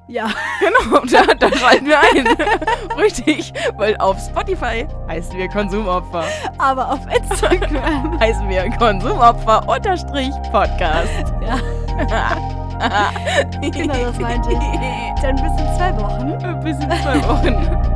Speaker 1: Ja.
Speaker 2: Genau, da, da schalten wir ein. Richtig, weil auf Spotify heißen wir Konsumopfer.
Speaker 1: aber auf Instagram.
Speaker 2: Heißen wir Konsumopfer unterstrich Podcast.
Speaker 1: ja,
Speaker 2: genau,
Speaker 1: das meinte ich. dann bis in zwei Wochen.
Speaker 2: Bis in zwei Wochen.